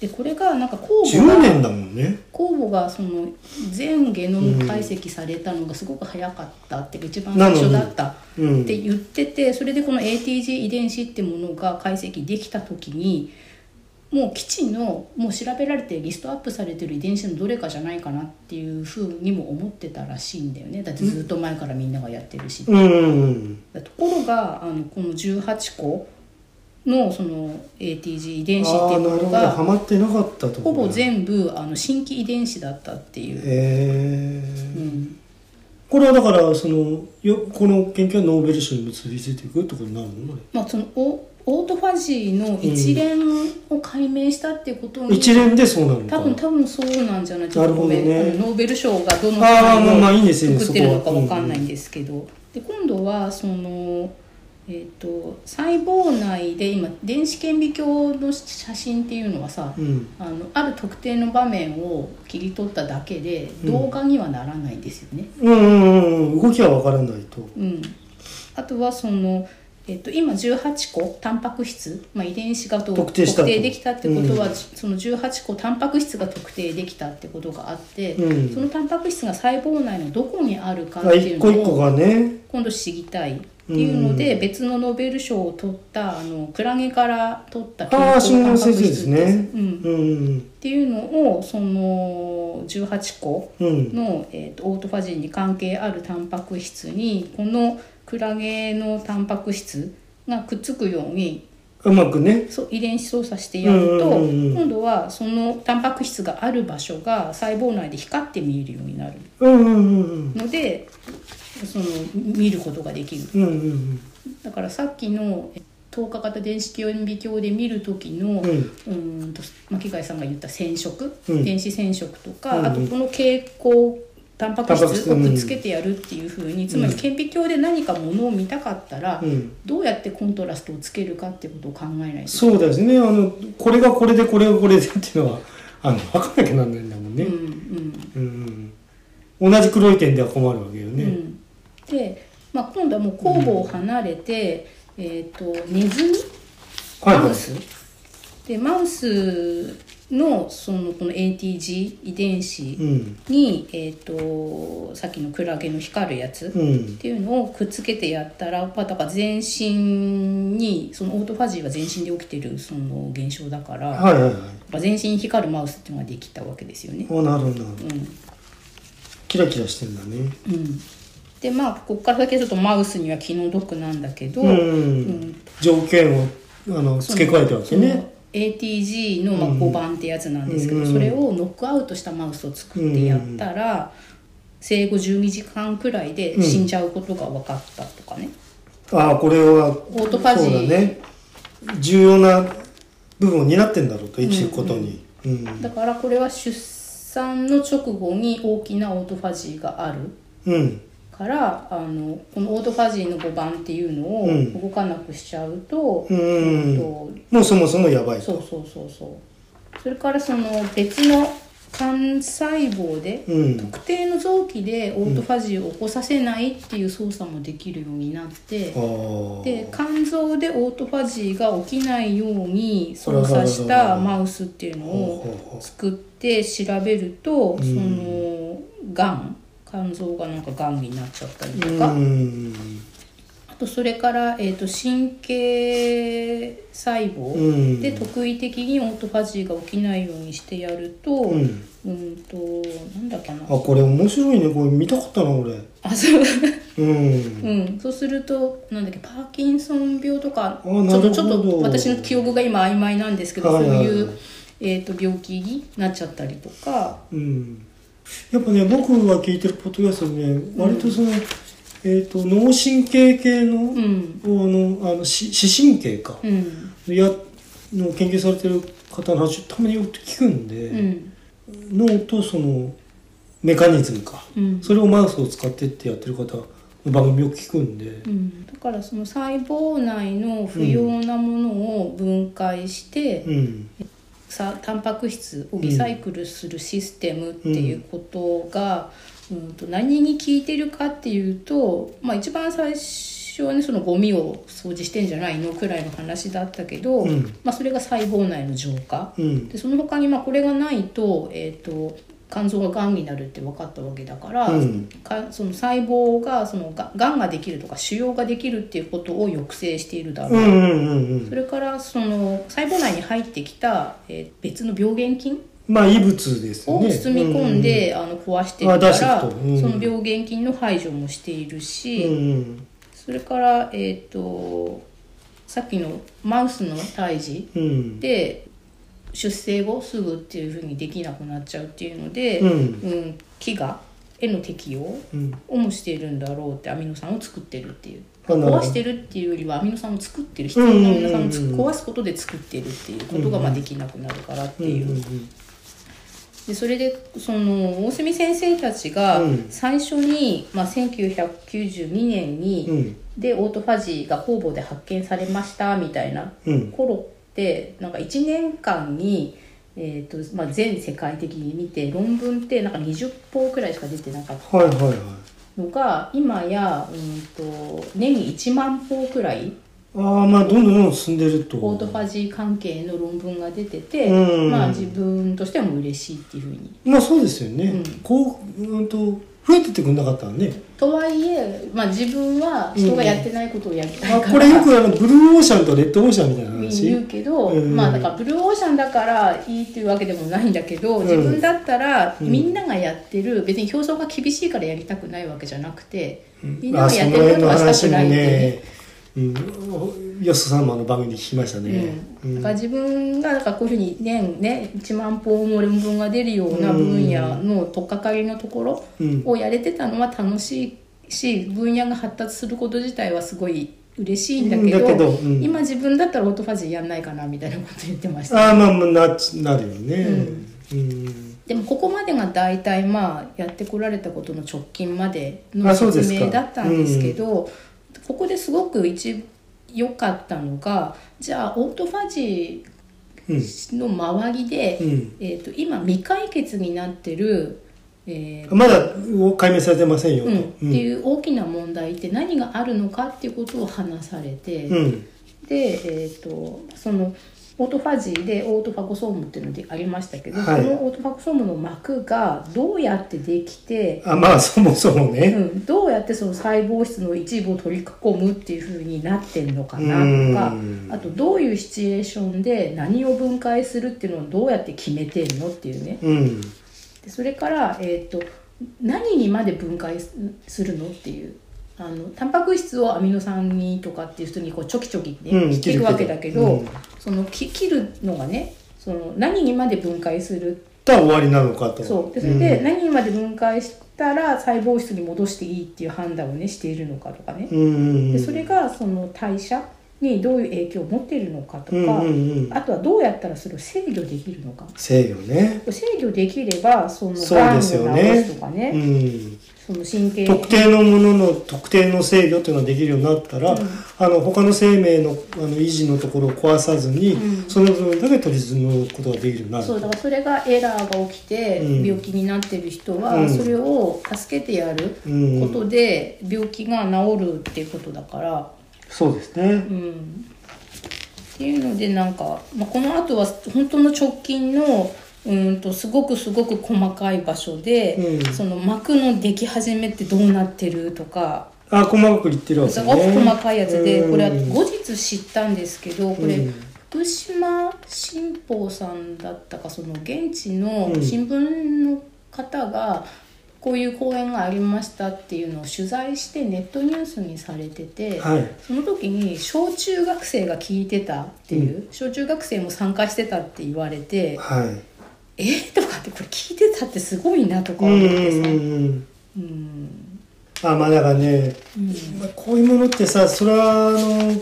Speaker 2: でこれがなんか酵
Speaker 1: 十
Speaker 2: 母が
Speaker 1: 年だもんね。
Speaker 2: 酵母がその全ゲノム解析されたのがすごく早かったって一番
Speaker 1: なる
Speaker 2: 最
Speaker 1: ほど
Speaker 2: 初だった
Speaker 1: う
Speaker 2: っ
Speaker 1: ん、
Speaker 2: て言っててそれでこの ATG 遺伝子ってものが解析できた時にもう基地のもう調べられてリストアップされてる遺伝子のどれかじゃないかなっていうふうにも思ってたらしいんだよねだってずっと前からみんながやってるし。
Speaker 1: うん、うん、
Speaker 2: ところがあのこの18個のその ATG 遺伝子っ
Speaker 1: あ
Speaker 2: て
Speaker 1: あ、
Speaker 2: い
Speaker 1: な
Speaker 2: う
Speaker 1: る
Speaker 2: も
Speaker 1: ほど、
Speaker 2: の
Speaker 1: ハ
Speaker 2: が
Speaker 1: マってなかったと。
Speaker 2: ほぼ。全部あの新規遺伝子だったっていう、
Speaker 1: え
Speaker 2: う
Speaker 1: え
Speaker 2: ん、
Speaker 1: これはだから、その、よ、この研究はノーベル賞に結びついていくってことになるの。
Speaker 2: まあ、そのオオートファジーの一連を解明したっていうことに、
Speaker 1: 一連でそうなるのか。
Speaker 2: 多分多分そうなんじゃない
Speaker 1: なるほどね
Speaker 2: ちょっとごめんあのノーベル賞がどの
Speaker 1: あーまあまあいいんですよ
Speaker 2: を作ってるのか
Speaker 1: そこは
Speaker 2: わかんないんですけど、で今度はその、えー、と細胞内で今電子顕微鏡の写真っていうのはさ、
Speaker 1: うん。
Speaker 2: あのある特定の場面を切り取っただけで
Speaker 1: うん
Speaker 2: 動画にはならないんですよね。
Speaker 1: うん、うん、うん、動きはわからないと。
Speaker 2: うんあとはそのえっと、今18個タンパク質、まあ、遺伝子がと
Speaker 1: 特定したと
Speaker 2: できたってことは、
Speaker 1: うん
Speaker 2: その18個タンパク質が特定できたってことがあって、
Speaker 1: うん
Speaker 2: そのタンパク質が細胞内のどこにあるかっ
Speaker 1: あ
Speaker 2: てい
Speaker 1: 一
Speaker 2: う
Speaker 1: 個一
Speaker 2: の
Speaker 1: 個
Speaker 2: を
Speaker 1: がね
Speaker 2: 今度知りたいっていうので、別のノーベル賞を取ったあのクラゲから取った
Speaker 1: ああ信号先生です
Speaker 2: って
Speaker 1: ね
Speaker 2: うん、っ
Speaker 1: うん
Speaker 2: ていうのをその18個
Speaker 1: うん
Speaker 2: の、えー、とオートファジーに関係あるタンパク質にこのクラゲのタンパク質がくっつくように
Speaker 1: うまくね
Speaker 2: そう遺伝子操作してやると、
Speaker 1: うんうんうんうん
Speaker 2: 今度はそのタンパク質がある場所が細胞内で光って見えるようになる
Speaker 1: うんうんうん
Speaker 2: のでその見ることができる
Speaker 1: うんうん
Speaker 2: だからさっきのえ透過型電子顕微鏡で見る時
Speaker 1: う
Speaker 2: の、
Speaker 1: んうん
Speaker 2: うーんと巻貝さんが言った染色、
Speaker 1: うん
Speaker 2: 電子染色とか、
Speaker 1: うん
Speaker 2: あとこの蛍光タンパク
Speaker 1: タンパク質
Speaker 2: 質をくっつけてやるっていうふうに、つまり顕微鏡で何かものを見たかったら、
Speaker 1: うん
Speaker 2: どうやってコントラストをつけるかってことを考えないと、
Speaker 1: そうですねあのこれがこれでこれがこれでっていうのはあの分かんなきゃなんないんだもん
Speaker 2: う
Speaker 1: ね
Speaker 2: んうん
Speaker 1: うんうん同じ黒い点では困るわけよ
Speaker 2: う
Speaker 1: ね
Speaker 2: ん、で、まあ、今度はもう酵母を離れて、えっ、とネズミ
Speaker 1: はい
Speaker 2: マ
Speaker 1: は
Speaker 2: ウ
Speaker 1: い
Speaker 2: スでマウスのそのこの ATG 遺伝子
Speaker 1: うん
Speaker 2: に、えっとさっきのクラゲの光るやつ、
Speaker 1: うん
Speaker 2: っていうのをくっつけてやったら、まあ、だから全身にそのオートファジーは全身で起きてるその現象だから、やっ
Speaker 1: はいはいはい
Speaker 2: ぱ全身に光るマウスっていうのができたわけですよね。
Speaker 1: おなるほどなるほど
Speaker 2: う
Speaker 1: キラキラしてんだね
Speaker 2: んうん、でまあここから先ちょっとマウスには気の毒なんだけど、
Speaker 1: う
Speaker 2: うんん
Speaker 1: 条件をあの付け加えたわけ
Speaker 2: そ
Speaker 1: ね
Speaker 2: の ATG のまあ
Speaker 1: うん
Speaker 2: 5番ってやつなんですけど、
Speaker 1: うん
Speaker 2: それをノックアウトしたマウスを作ってやったら、生後12時間くらいで死んじゃうことが分かったとかね。
Speaker 1: ああこれは
Speaker 2: オートファジー
Speaker 1: そうだね重要な部分を担ってんだろうと生きていくことにうん
Speaker 2: だからこれは出産の直後に大きなオートファジーがある
Speaker 1: うん
Speaker 2: からあのこのオートファジーの5番っていうの
Speaker 1: う
Speaker 2: を
Speaker 1: ん
Speaker 2: 動かなくしちゃうと,、
Speaker 1: うんうんうん
Speaker 2: と
Speaker 1: もうそもそもやばいと
Speaker 2: そうそうそうそうそれからその別の幹細胞で
Speaker 1: うん
Speaker 2: 特定の臓器でオートファジーを起こさせないっていう操作もできるようになって
Speaker 1: あ、あ
Speaker 2: で肝臓でオートファジーが起きないように操
Speaker 1: あららら
Speaker 2: 作
Speaker 1: ら
Speaker 2: したマウスっていうの
Speaker 1: ほう
Speaker 2: を
Speaker 1: ほうほう
Speaker 2: 作って調べると、
Speaker 1: ん
Speaker 2: そのがん肝臓がなんかがんになっちゃったりと
Speaker 1: う
Speaker 2: か、
Speaker 1: ん
Speaker 2: あとそれから、えー、と神経
Speaker 1: う
Speaker 2: 細胞
Speaker 1: ん
Speaker 2: で特異的にオートファジーが起きないようにしてやると、
Speaker 1: う
Speaker 2: うん、
Speaker 1: ん
Speaker 2: となんだっけな
Speaker 1: あこれ面白いねこれ見たかったな俺
Speaker 2: あそう
Speaker 1: うん
Speaker 2: うん、そうするとなんだっけパーキンソン病と
Speaker 1: あ
Speaker 2: かちょ
Speaker 1: なる
Speaker 2: っ
Speaker 1: ほど
Speaker 2: とちょっと私の記憶が今曖昧なんですけど、
Speaker 1: はいはいはい
Speaker 2: そういう、えー、と病気になっちゃったりとか、
Speaker 1: うんやっぱね僕が聞いてるポッドキャストでね割とそのえっと脳神経系の
Speaker 2: うん
Speaker 1: あのあのし視神経か
Speaker 2: うん
Speaker 1: いやの研究されてる方の話たまによく聞くんで、
Speaker 2: うん
Speaker 1: 脳とそのメカニズムか、
Speaker 2: うん
Speaker 1: それをマウスを使ってってやってる方の番組を聞くんで、
Speaker 2: うん、だからその細胞内の不要なものを分解して、
Speaker 1: うん
Speaker 2: さタンパク質をリサイクルするシステムっていうことが、うんと何に効いてるかっていうと、まあ、一番最初はねそのゴミを掃除してんじゃないのくらいの話だったけど、
Speaker 1: うん
Speaker 2: まあ、それが細胞内の浄化
Speaker 1: うん
Speaker 2: でその他にまあこれがないと,、えー、と肝臓ががんになるって分かったわけだから、
Speaker 1: うん
Speaker 2: かその細胞がそのががんができるとか腫瘍ができるっていうことを抑制しているだろう
Speaker 1: うんうんうんうん
Speaker 2: それからその細胞内に入ってきた、えー別の病原菌
Speaker 1: まあ異物ですよ
Speaker 2: を包
Speaker 1: ね
Speaker 2: み込んで、あの壊してるか
Speaker 1: あ出して
Speaker 2: ら、
Speaker 1: いくとうん
Speaker 2: その病原菌の排除もしているし、
Speaker 1: うんうん
Speaker 2: それから、えー、とさっきのマウスの胎児
Speaker 1: うん
Speaker 2: で出生後すぐっていうふうにできなくなっちゃうっていうので、
Speaker 1: うん
Speaker 2: うん飢餓への適用
Speaker 1: うん
Speaker 2: をもしているんだろうってアミノ酸を作ってるっていう
Speaker 1: あなるほど
Speaker 2: 壊してるっていうよりはアミノ酸を作ってる必要なアミノ酸をつ
Speaker 1: うんうんうんうん
Speaker 2: 壊すことで作ってるっていうことがまあできなくなるからって
Speaker 1: うん
Speaker 2: いう、でそれでその大隅先生たちが
Speaker 1: うん
Speaker 2: 最初に、まあ、1992年に、
Speaker 1: うん
Speaker 2: でオートファジーが酵母で発見されましたみたいな
Speaker 1: うん
Speaker 2: 頃ってなんか1年間に、えーとまあ、全世界的に見て論文ってなんか20本くらいしか出てなかった。
Speaker 1: はいはいはい
Speaker 2: のが今や、うん、と年に1万歩くらい
Speaker 1: ああまあどんどんどんどん進んでると
Speaker 2: オートファジー関係の論文が出てて、
Speaker 1: うん
Speaker 2: まあ自分としても嬉しいっていうふうに
Speaker 1: まあそうですよね、
Speaker 2: うん
Speaker 1: こう、うん、と増えてってくんなかったらね
Speaker 2: とはいえ、まあ、自分は人がやってないことをやりたい
Speaker 1: あ
Speaker 2: から、
Speaker 1: これよくあのブルーオーシャンとレッドオーシャンみたいな話、
Speaker 2: 言うけど、
Speaker 1: うん
Speaker 2: まあだからブルーオーシャンだからいいっていうわけでもないんだけど、
Speaker 1: うん
Speaker 2: 自分だったら
Speaker 1: うん
Speaker 2: みんながやってる、別に競争が厳しいからやりたくないわけじゃなくて、みん
Speaker 1: あ
Speaker 2: なが
Speaker 1: そ
Speaker 2: や
Speaker 1: の
Speaker 2: ってるこ
Speaker 1: 辺
Speaker 2: と
Speaker 1: の
Speaker 2: は
Speaker 1: 話
Speaker 2: したく
Speaker 1: も
Speaker 2: ないっていうね。
Speaker 1: ね、うん、よそ様の番組で聞きましたね、
Speaker 2: う、
Speaker 1: うんん
Speaker 2: だから自分がだからこういうふうに年ね1万本も論文が出るような分野の取っかかりのところ
Speaker 1: うん
Speaker 2: をやれてたのは楽しいし分野が発達すること自体はすごい嬉しいんだけど
Speaker 1: だけどうん
Speaker 2: 今自分だったらオートファジーやんないかなみたいなこと言ってました
Speaker 1: ああまあまあななるよね、うん
Speaker 2: でもここまでが大体まあやってこられたことの直近までの
Speaker 1: あそう
Speaker 2: 説
Speaker 1: ですか
Speaker 2: 明だったんですけどここですごく一良かったのがじゃあオートファジ
Speaker 1: うん
Speaker 2: ーの周りで、
Speaker 1: うん
Speaker 2: えー、と今未解決になってる、えー
Speaker 1: まだお解明されてませんよと、う
Speaker 2: う、
Speaker 1: んん
Speaker 2: っていう大きな問題って何があるのかっていうことを話されて、
Speaker 1: うん
Speaker 2: で、えー、とそのオートファジーでオートファゴソームっていうのでありましたけど、
Speaker 1: はい
Speaker 2: このオートファゴソームの膜がどうやってできて、
Speaker 1: あ まあそもそも
Speaker 2: う
Speaker 1: ね、
Speaker 2: ん、どうやってその細胞質の一部を取り囲むっていうふうになってんのかなとか
Speaker 1: うん
Speaker 2: あとどういうシチュエーションで何を分解するっていうのをどうやって決めてんのっていうね
Speaker 1: うん
Speaker 2: でそれから、えー、と何にまで分解すするのっていうあのタンパク質をアミノ酸にとかっていう人にこうちょきちょきね、
Speaker 1: うん
Speaker 2: 切っていくわけだけど、
Speaker 1: うん
Speaker 2: そのき切るのがねその何にまで分解する
Speaker 1: とは終わりなのかと
Speaker 2: そうでそれで何にまで分解したら細胞質に戻していいっていう判断をねしているのかとかね、
Speaker 1: うんうん
Speaker 2: でそれがその代謝にどういう影響を持っているのかとか、
Speaker 1: うんうんうん
Speaker 2: あとはどうやったらそれを制御できるのか
Speaker 1: 制御ね
Speaker 2: 制御できればその
Speaker 1: そう
Speaker 2: がん
Speaker 1: で
Speaker 2: を治
Speaker 1: すよね
Speaker 2: すとかね
Speaker 1: うん
Speaker 2: その神経
Speaker 1: 特定のものの特定の制御というのができるようになったら、
Speaker 2: うん
Speaker 1: あの他の生命のあの維持のところを壊さずに、
Speaker 2: うん
Speaker 1: その部分だけ取り除くことができるようになる
Speaker 2: そうだからそれがエラーが起きて
Speaker 1: うん
Speaker 2: 病気になってる人
Speaker 1: う
Speaker 2: は
Speaker 1: ん
Speaker 2: それを助けてやる
Speaker 1: うん
Speaker 2: ことで病気が治るっていうことだから、
Speaker 1: そうですね
Speaker 2: う、ん、っていうのでなんか、まあ、この後は本当の直近のうんとすごくすごく細かい場所で、
Speaker 1: うん
Speaker 2: その膜のでき始めってどうなってるとか
Speaker 1: あ細かく言ってるわけ
Speaker 2: す
Speaker 1: ね
Speaker 2: ごく細かいやつで
Speaker 1: うん
Speaker 2: これは後日知ったんですけどこれ
Speaker 1: うん
Speaker 2: 福島新報さんだったかその現地の
Speaker 1: うん
Speaker 2: 新聞の方がこういう講演がありましたっていうのを取材してネットニュースにされてて。
Speaker 1: はい
Speaker 2: その時に小中学生が聞いてたっていう、小中学生も参加してたって言われて
Speaker 1: はい
Speaker 2: 「えーとかってこれ聞いてたってすごいなとか
Speaker 1: うん
Speaker 2: 思っ
Speaker 1: う
Speaker 2: て
Speaker 1: ん
Speaker 2: さ、
Speaker 1: うんうん
Speaker 2: うん
Speaker 1: あまあだからね、まあこういうものってさそれはあの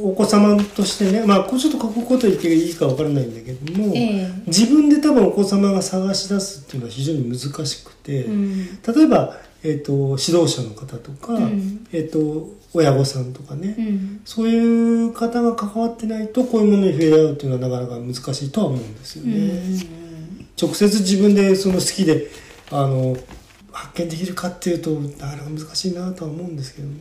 Speaker 1: お子様としてねまあこうちょっとこここと言っていいかわからないんだけども、
Speaker 2: ええ
Speaker 1: 自分で多分お子様が探し出すっていうのは非常に難しくて、
Speaker 2: うん
Speaker 1: 例えば、えっと指導者の方とか、
Speaker 2: うん
Speaker 1: えっと親御さんとかね、
Speaker 2: うん
Speaker 1: そういう方が関わってないとこういうものに触れ合うっていうのはなかなか難しいとは思うんですよ
Speaker 2: うん
Speaker 1: ね。
Speaker 2: うん
Speaker 1: 直接自分でその好きであの発見できるかっていうとなかなか難しいなとは思うんですけどね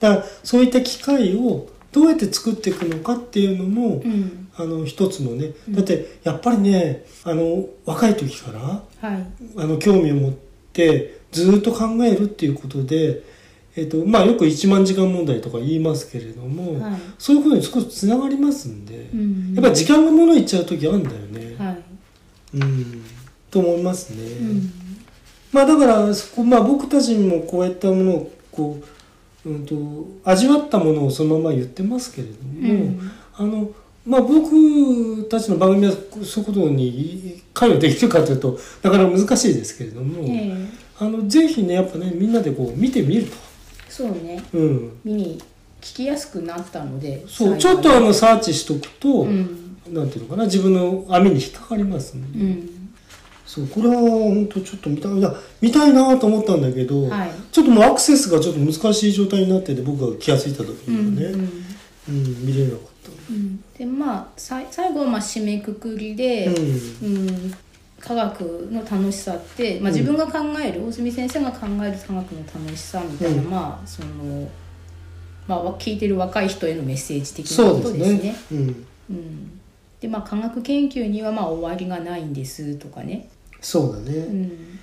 Speaker 1: だからそういった機会をどうやって作っていくのかっていうのも、
Speaker 2: うん
Speaker 1: あの一つのね
Speaker 2: うん
Speaker 1: だってやっぱりねあの若い時から
Speaker 2: はい
Speaker 1: あの興味を持ってずっと考えるっていうことで、えっとまあ、よく1万時間問題とか言いますけれども、
Speaker 2: はい
Speaker 1: そういうことに少しつながりますんで、
Speaker 2: うん
Speaker 1: やっぱ時間が物言っちゃう時あるんだよね。
Speaker 2: はい
Speaker 1: うんと思いますね、
Speaker 2: うん
Speaker 1: まあだからそこ、まあ、僕たちもこういったものをこう、うん、と味わったものをそのまま言ってますけれども、
Speaker 2: うん
Speaker 1: あのまあ、僕たちの番組はそういうことに関与できるかというとなかなか難しいですけれども、
Speaker 2: ええ
Speaker 1: あのぜひねやっぱねみんなでこう見てみる
Speaker 2: そうね
Speaker 1: と、うん、
Speaker 2: 見に聞きやすくなったので
Speaker 1: そう
Speaker 2: 幸い
Speaker 1: ちょっとあのサーチしとくと、
Speaker 2: うん
Speaker 1: なんていうのかな自分の網に引っかかりますの
Speaker 2: う
Speaker 1: で、
Speaker 2: ん
Speaker 1: そうこれは本当ちょっと見たいいや見たいなと思ったんだけど、
Speaker 2: はい
Speaker 1: ちょっともうアクセスがちょっと難しい状態になってて僕が気が付いた時にはね、
Speaker 2: うん
Speaker 1: うん見れなかっ
Speaker 2: うんでまあさい最後はまあ締めくくりで、
Speaker 1: た、うん
Speaker 2: うん科学の楽しさって、まあ、
Speaker 1: うん
Speaker 2: 自分が考える、大隅先生が考える科学の楽しさみたいな、
Speaker 1: うん
Speaker 2: まあそのまあ、聞いてる若い人へのメッセージ的な
Speaker 1: そ
Speaker 2: こ
Speaker 1: うで
Speaker 2: と
Speaker 1: す
Speaker 2: ですね。
Speaker 1: ね。うん、
Speaker 2: うん、でまあ科学研究にはまあ終わりがないんですとかね。
Speaker 1: そうだね。
Speaker 2: うん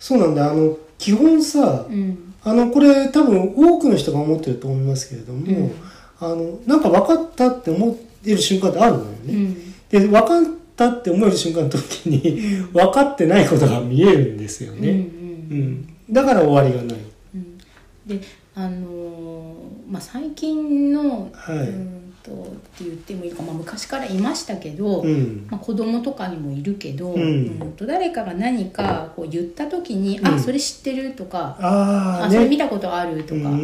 Speaker 1: そうなんだ。あの基本さ
Speaker 2: う、ん
Speaker 1: あのこれ多分多くの人が思ってると思いますけれども、
Speaker 2: うん
Speaker 1: あのなんか分かったって思ってる瞬間ってあるのよ
Speaker 2: う
Speaker 1: ね。
Speaker 2: ん
Speaker 1: で分かったって思える瞬間の時に分かってないことが見えるんですよ
Speaker 2: うんう
Speaker 1: ね。うんん、だから終わりがない。
Speaker 2: うんであのーまあ、最近の、
Speaker 1: はいう
Speaker 2: ーんとって言ってもいいか、まあ、昔からいましたけど、
Speaker 1: うん、
Speaker 2: まあ、子供とかにもいるけど、
Speaker 1: うん
Speaker 2: うんと誰かが何かこう言った時に「
Speaker 1: う
Speaker 2: あ
Speaker 1: ん
Speaker 2: それ知ってる」とか「
Speaker 1: あ
Speaker 2: あ
Speaker 1: あ
Speaker 2: それ
Speaker 1: ね。
Speaker 2: 見たことある」と
Speaker 1: う
Speaker 2: か、
Speaker 1: んうんう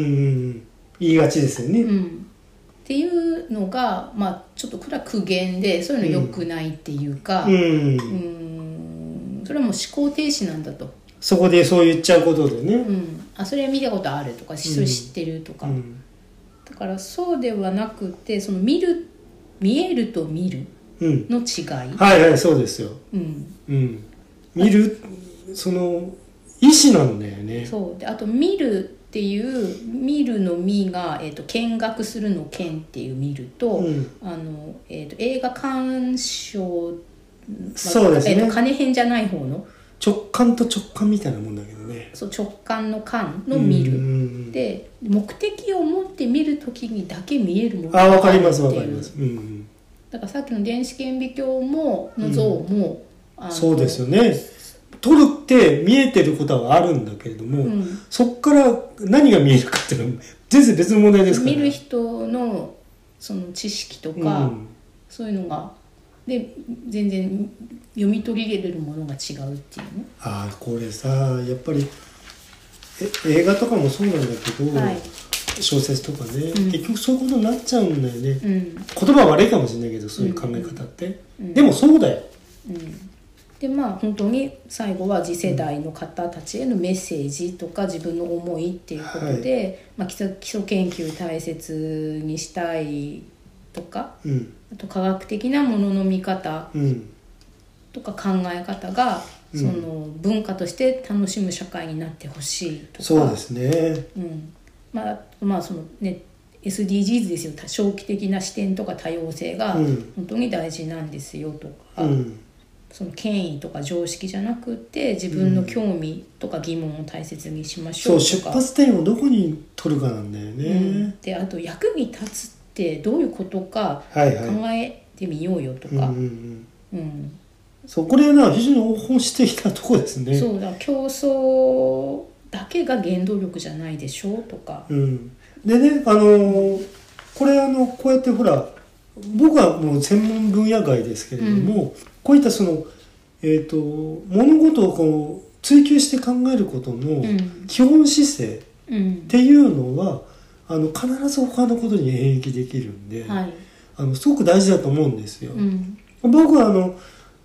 Speaker 1: ん、言いがちですよね。
Speaker 2: うんっていうのが、まあ、ちょっとこれは苦言でそういうの良くないっていうか、
Speaker 1: う、
Speaker 2: うんーん、それはもう思考停止なんだと、
Speaker 1: そこでそう言っちゃうことで
Speaker 2: う
Speaker 1: ね。
Speaker 2: ん、あそれ見たことあるとかそれ知ってると
Speaker 1: う
Speaker 2: か、
Speaker 1: ん、
Speaker 2: だからそうではなくてその見る見えると見る
Speaker 1: うん、
Speaker 2: の違い、
Speaker 1: はいはいそうですよ。
Speaker 2: うん、
Speaker 1: うん、見るその意志なんだよね。
Speaker 2: そうであと見るっていう見るの見が、えー、と見学するの見っていう見ると、
Speaker 1: うん
Speaker 2: あのえー、と映画鑑賞まあ
Speaker 1: そうですね
Speaker 2: えーと金編じゃない方の
Speaker 1: 直感と直感みたいなもんだけどね。
Speaker 2: そう直感の感の
Speaker 1: う
Speaker 2: 見
Speaker 1: んう
Speaker 2: る、
Speaker 1: んうん、
Speaker 2: で目的を持って見る時にだけ見えるもの
Speaker 1: あわかります
Speaker 2: っ
Speaker 1: わ
Speaker 2: ていう
Speaker 1: かります。うんうん、
Speaker 2: だからさっきの電子顕微鏡もの像も、あの
Speaker 1: そうですよね。撮るって見えてることはあるんだけれども、
Speaker 2: うん
Speaker 1: そっから何が見えるかっていうのは全然別の問題ですから。
Speaker 2: 見る人のその知識とか、
Speaker 1: うん
Speaker 2: そういうのがで全然読み取り入れるものが違うっていうね。
Speaker 1: ああこれさやっぱりえ映画とかもそうなんだけど、
Speaker 2: はい
Speaker 1: 小説とかね、
Speaker 2: うん
Speaker 1: 結局そういうことになっちゃうんだよね。
Speaker 2: うん
Speaker 1: 言葉悪いかもしれないけどそういう考え方って、
Speaker 2: うん
Speaker 1: でもそうだよ
Speaker 2: うん、でまあ本当に最後は次世代の方たちへのメッセージとか自分の思いっていうことで、まあ、基礎基礎研究大切にしたいとか
Speaker 1: うん
Speaker 2: あと科学的なものの見方
Speaker 1: うん
Speaker 2: とか考え方が、
Speaker 1: うん
Speaker 2: その文化として楽しむ社会になってほしいとか。
Speaker 1: そうですね
Speaker 2: うん、まあまあそのね SDGs ですよ長期的な視点とか多様性が
Speaker 1: うん
Speaker 2: 本当に大事なんですよとか、
Speaker 1: うん
Speaker 2: その権威とか常識じゃなくて自分の興味とか疑問を大切にしまし
Speaker 1: そ
Speaker 2: ょう
Speaker 1: う
Speaker 2: と
Speaker 1: 出
Speaker 2: か、
Speaker 1: 発点をどこに取るかなんだよね、
Speaker 2: うんであと役に立つってどういうことか
Speaker 1: はい
Speaker 2: 考
Speaker 1: はい、
Speaker 2: えてみようよと
Speaker 1: うんう
Speaker 2: か、
Speaker 1: んうん、
Speaker 2: うん
Speaker 1: そうこれな非常に本質的なとこですね
Speaker 2: そうだ競争だけが原動力じゃないでしょうとか、
Speaker 1: うん、でねあのーこれあのこうやってほら僕はもう専門分野外ですけれども、こういったそのえっ、と物事をこう追求して考えることの
Speaker 2: ん
Speaker 1: 基本姿勢、
Speaker 2: うん
Speaker 1: っていうのはあの必ず他のことに変益できるんで、
Speaker 2: はい、
Speaker 1: あのすごく大事だと思うんですよ。
Speaker 2: うん
Speaker 1: 僕はあのこ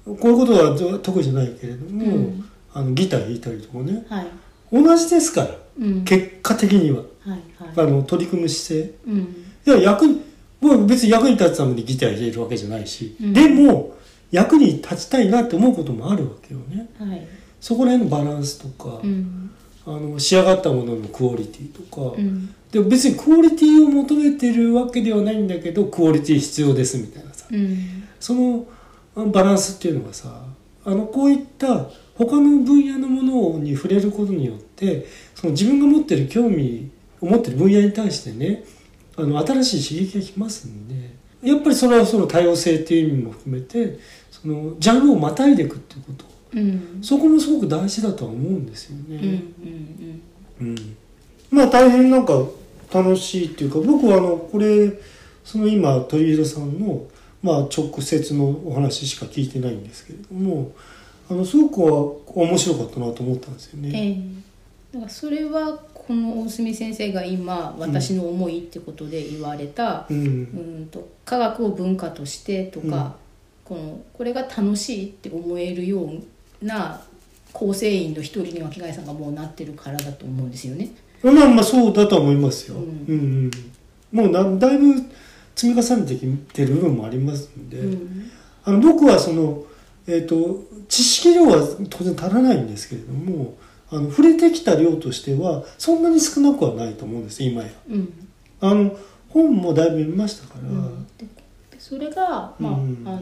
Speaker 1: ういうことはと得意じゃないけれども、
Speaker 2: うん
Speaker 1: あのギター弾いたりとかね
Speaker 2: はい
Speaker 1: 同じですから
Speaker 2: うん、
Speaker 1: 結果的には、
Speaker 2: はい
Speaker 1: あ
Speaker 2: はい、
Speaker 1: の取り組む姿
Speaker 2: うん
Speaker 1: 勢いや役に僕は別に役に立つためにギター弾いてるわけじゃないし、
Speaker 2: うん
Speaker 1: でも役に立ちたいなって思うこともあるわけよね。
Speaker 2: はい、
Speaker 1: そこら辺のバランスとか、
Speaker 2: うん
Speaker 1: あの仕上がったもののクオリティとか、
Speaker 2: うん
Speaker 1: でも別にクオリティを求めてるわけではないんだけどクオリティ必要ですみたいなさ
Speaker 2: うん
Speaker 1: そのあバランスっていうのがさあのこういった他の分野のものに触れることによってその自分が持ってる興味を持ってる分野に対してねあの新しい刺激がきますんでやっぱりそれはその多様性っていう意味も含めてそのジャンルをまたいでいくっていうこと
Speaker 2: うん
Speaker 1: そこもすごく大事だとは思うんですよね。
Speaker 2: うんうん
Speaker 1: うん、まあ大変なんか楽しいっていうか僕はあのこれその今鳥居戸さんの、まあ、直接のお話しか聞いてないんですけれどもあのすごくは面白かったなと思ったんですよね。
Speaker 2: ええだからそれはこの大隅先生が今私の思いってことで言われた、
Speaker 1: う、
Speaker 2: うんん、と科学を文化としてとか、このこれが楽しいって思えるような構成員の一人には木貝さんがもうなってるからだと思うんですよね。
Speaker 1: まあまあそうだとは思いますよ。
Speaker 2: う
Speaker 1: うんんうんもうなだいぶ積み重ねてきてる部分もありますんで、
Speaker 2: うん
Speaker 1: あの僕はその、えっと知識量は当然足らないんですけれどもあの触れてきた量としてはそんなに少なくはないと思うんです今や。
Speaker 2: うん
Speaker 1: あの本もだいぶ読みましたから、
Speaker 2: うんででそれが、まあ
Speaker 1: うん
Speaker 2: あの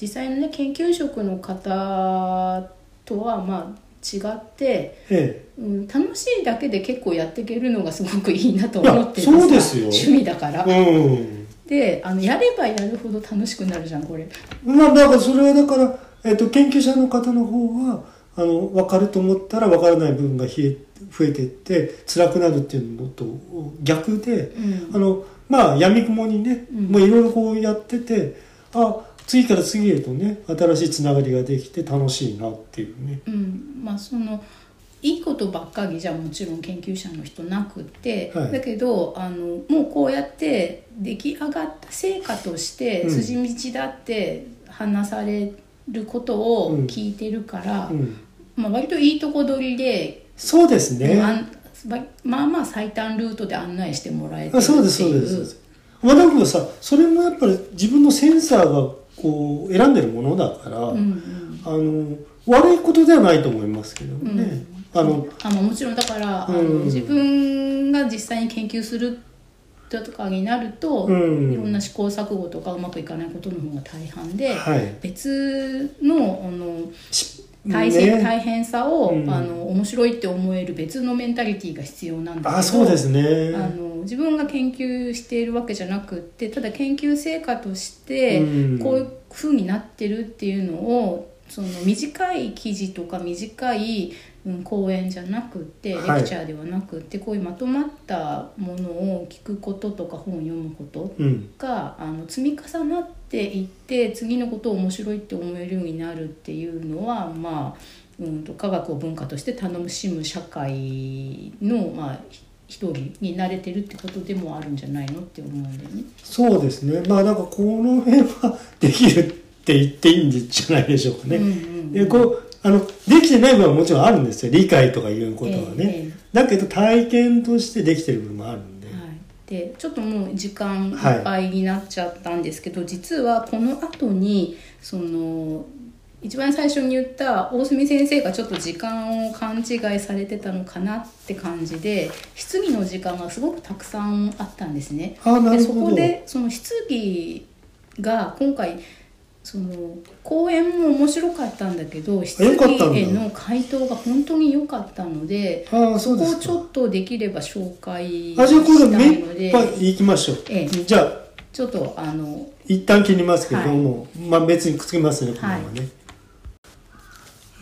Speaker 2: 実際のね研究職の方とはまあ違って、
Speaker 1: え
Speaker 2: うん、楽しいだけで結構やっていけるのがすごくいいなと思ってる
Speaker 1: いやそうですよ
Speaker 2: 趣味だから。
Speaker 1: え
Speaker 2: であのやればやるほど楽しくなるじゃんこれ。
Speaker 1: うんまあだからそれはだから、えっと研究者の方の方はあの分かると思ったら分からない部分がひえ増えてって辛くなるっていうのと逆で
Speaker 2: うん
Speaker 1: あのまあやみくもにね、
Speaker 2: うん
Speaker 1: もういろいろこうやっててあ次から次へとね新しいつながりができて楽しいなっていうね。
Speaker 2: うんまあそのいいことばっかりじゃもちろん研究者の人なくって、
Speaker 1: はい
Speaker 2: だけどあのもうこうやって出来上がった成果として、
Speaker 1: うん
Speaker 2: 筋道だって話されることを聞いてるから、
Speaker 1: うん、
Speaker 2: まあ、割といいとこ取りで、
Speaker 1: そうですね。
Speaker 2: あんわまあまあ最短ルートで案内してもらえてる
Speaker 1: あ
Speaker 2: ってい
Speaker 1: そうですそうですそうですまあだけどさそれもやっぱり自分のセンサーがこう選んでるものだから、
Speaker 2: うんうん
Speaker 1: あの悪いことではないと思いますけどね、あの
Speaker 2: あもちろんだから、あ
Speaker 1: う
Speaker 2: の
Speaker 1: ん
Speaker 2: 自分が実際に研究する人とかになると、
Speaker 1: うん
Speaker 2: いろんな試行錯誤とかうまくいかないことの方が大半で、
Speaker 1: はい
Speaker 2: 別のあの
Speaker 1: し
Speaker 2: 大変,、
Speaker 1: ね、
Speaker 2: 大変さを、
Speaker 1: うん
Speaker 2: あの面白いって思える別のメンタリティーが必要なんだけど
Speaker 1: あそうですね
Speaker 2: あの自分が研究しているわけじゃなくってただ研究成果として
Speaker 1: うん
Speaker 2: こういう風になってるっていうのをその短い記事とか短い、うん、講演じゃなくってレク
Speaker 1: はい
Speaker 2: チャーではなくって、こういうまとまったものを聞くこととか本を読むこと
Speaker 1: うん
Speaker 2: があの積み重なっていって次のことを面白いって思えるようになるっていうのはまあうんと科学を文化として楽しむ社会のまあひ一人に慣れてるってことでもあるんじゃないのって思うんだよね。
Speaker 1: そうですねまあなんかこの辺はできるって言っていいんじゃないでしょうかね、
Speaker 2: うんうん
Speaker 1: でこうあのできてない部分はもちろんあるんですよ理解とかいうことはね、
Speaker 2: えええ
Speaker 1: だけど体験としてできてる部分もあるんで、
Speaker 2: はい、でちょっともう時間い
Speaker 1: はい
Speaker 2: っぱいになっちゃったんですけど、実はこの後にその一番最初に言った大隅先生がちょっと時間を勘違いされてたのかなって感じで質疑の時間がすごくたくさんあったんですね。
Speaker 1: ああな
Speaker 2: で
Speaker 1: る
Speaker 2: そ
Speaker 1: ほど
Speaker 2: こでその質疑が今回その講演も面白かったんだけど質
Speaker 1: よかったんだ
Speaker 2: 疑への回答が本当に良かったので
Speaker 1: ああそうで
Speaker 2: こ
Speaker 1: す
Speaker 2: う
Speaker 1: か
Speaker 2: ちょっとできれば紹介し
Speaker 1: あ
Speaker 2: た
Speaker 1: じゃあこれ目
Speaker 2: いの
Speaker 1: いっ
Speaker 2: で
Speaker 1: ぱい行きましょう、
Speaker 2: ええ
Speaker 1: じゃあ
Speaker 2: ちょっとあの
Speaker 1: 一旦切りますけど
Speaker 2: はい
Speaker 1: も、まあ別にくっつけますねこのままね、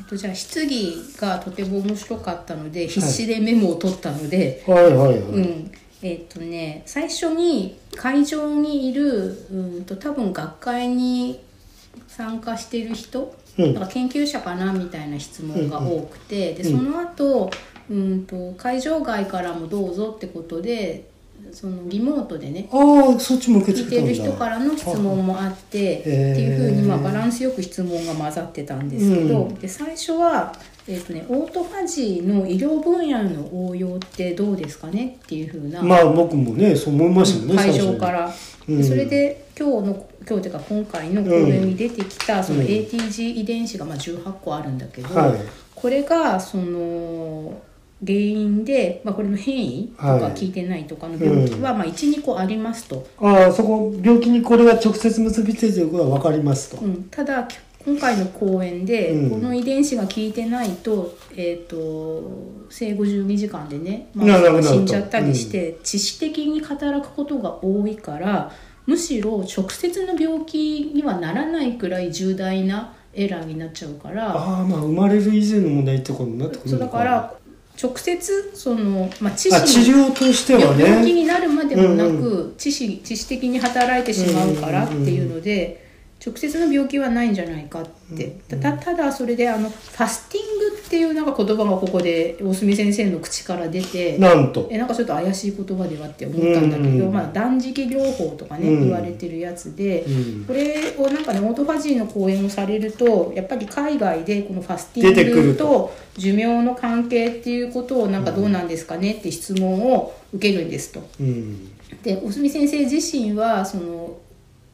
Speaker 2: えっと、じゃあ質疑がとても面白かったので必死でメモを取ったので、
Speaker 1: はい、はいはいはい、
Speaker 2: うんえっとね最初に会場にいるうんと多分学会に参加してる人、
Speaker 1: うん
Speaker 2: なんか研究者かなみたいな質問が多くて、でその後うんと会場外からもどうぞってことでそのリモートでね
Speaker 1: ああそっちも受け
Speaker 2: 聞い
Speaker 1: 付け
Speaker 2: て
Speaker 1: たんだ
Speaker 2: る人からの質問もあってって
Speaker 1: へー
Speaker 2: いうふうにまあバランスよく質問が混ざってたんですけど、
Speaker 1: うん
Speaker 2: で最初は、えーとね「オートファジーの医療分野の応用ってどうですかね?」っていうふうな、
Speaker 1: まあ僕もねそう思いましたよね、
Speaker 2: 会
Speaker 1: 最初
Speaker 2: 場
Speaker 1: に
Speaker 2: から、
Speaker 1: うん
Speaker 2: それで今日の今日というか今回の講演に出てきたその ATG 遺伝子がまあ18個あるんだけど、
Speaker 1: はい
Speaker 2: これがその原因で、まあ、これの変異とか
Speaker 1: はい
Speaker 2: 聞いてないとかの病気はまあ12個ありますと。
Speaker 1: ああそこ病気にこれが直接結びついてることは分かりますと、
Speaker 2: うん、ただき今回の講演で、
Speaker 1: うん
Speaker 2: この遺伝子が効いてないと,、えー、と生後12時間でね、ま
Speaker 1: なるほど
Speaker 2: あ、死んじゃったりして、致死的に働くことが多いからむしろ直接の病気にはならないくらい重大なエラーになっちゃうから
Speaker 1: ああまあ生まれる以前の問題ってことになってく
Speaker 2: そ
Speaker 1: る
Speaker 2: うだ
Speaker 1: の
Speaker 2: か
Speaker 1: から
Speaker 2: 直接その、まあ、致
Speaker 1: あ治
Speaker 2: 死に
Speaker 1: 療としては
Speaker 2: 病病気
Speaker 1: ね
Speaker 2: になるまでもなく、
Speaker 1: うん
Speaker 2: 致死致死的に働いてしまうからっていうので、直接の病気はないんじゃないかって、たただそれであのファスティングっていうなんか言葉がここで大隅先生の口から出て。
Speaker 1: なんと
Speaker 2: えなんかちょっと怪しい言葉ではって思ったんだけど、
Speaker 1: うん
Speaker 2: まあ、断食療法とかね、
Speaker 1: うん
Speaker 2: 言われてるやつで、
Speaker 1: うん
Speaker 2: これをなんかねオートファジーの講演をされるとやっぱり海外でこのファステ
Speaker 1: 出て
Speaker 2: ィ
Speaker 1: く
Speaker 2: ン
Speaker 1: る
Speaker 2: グ
Speaker 1: と
Speaker 2: と寿命の関係っていうことをなんかどうなんですかねって質問を受けるんですと。
Speaker 1: うん
Speaker 2: でおすみ先生自身はその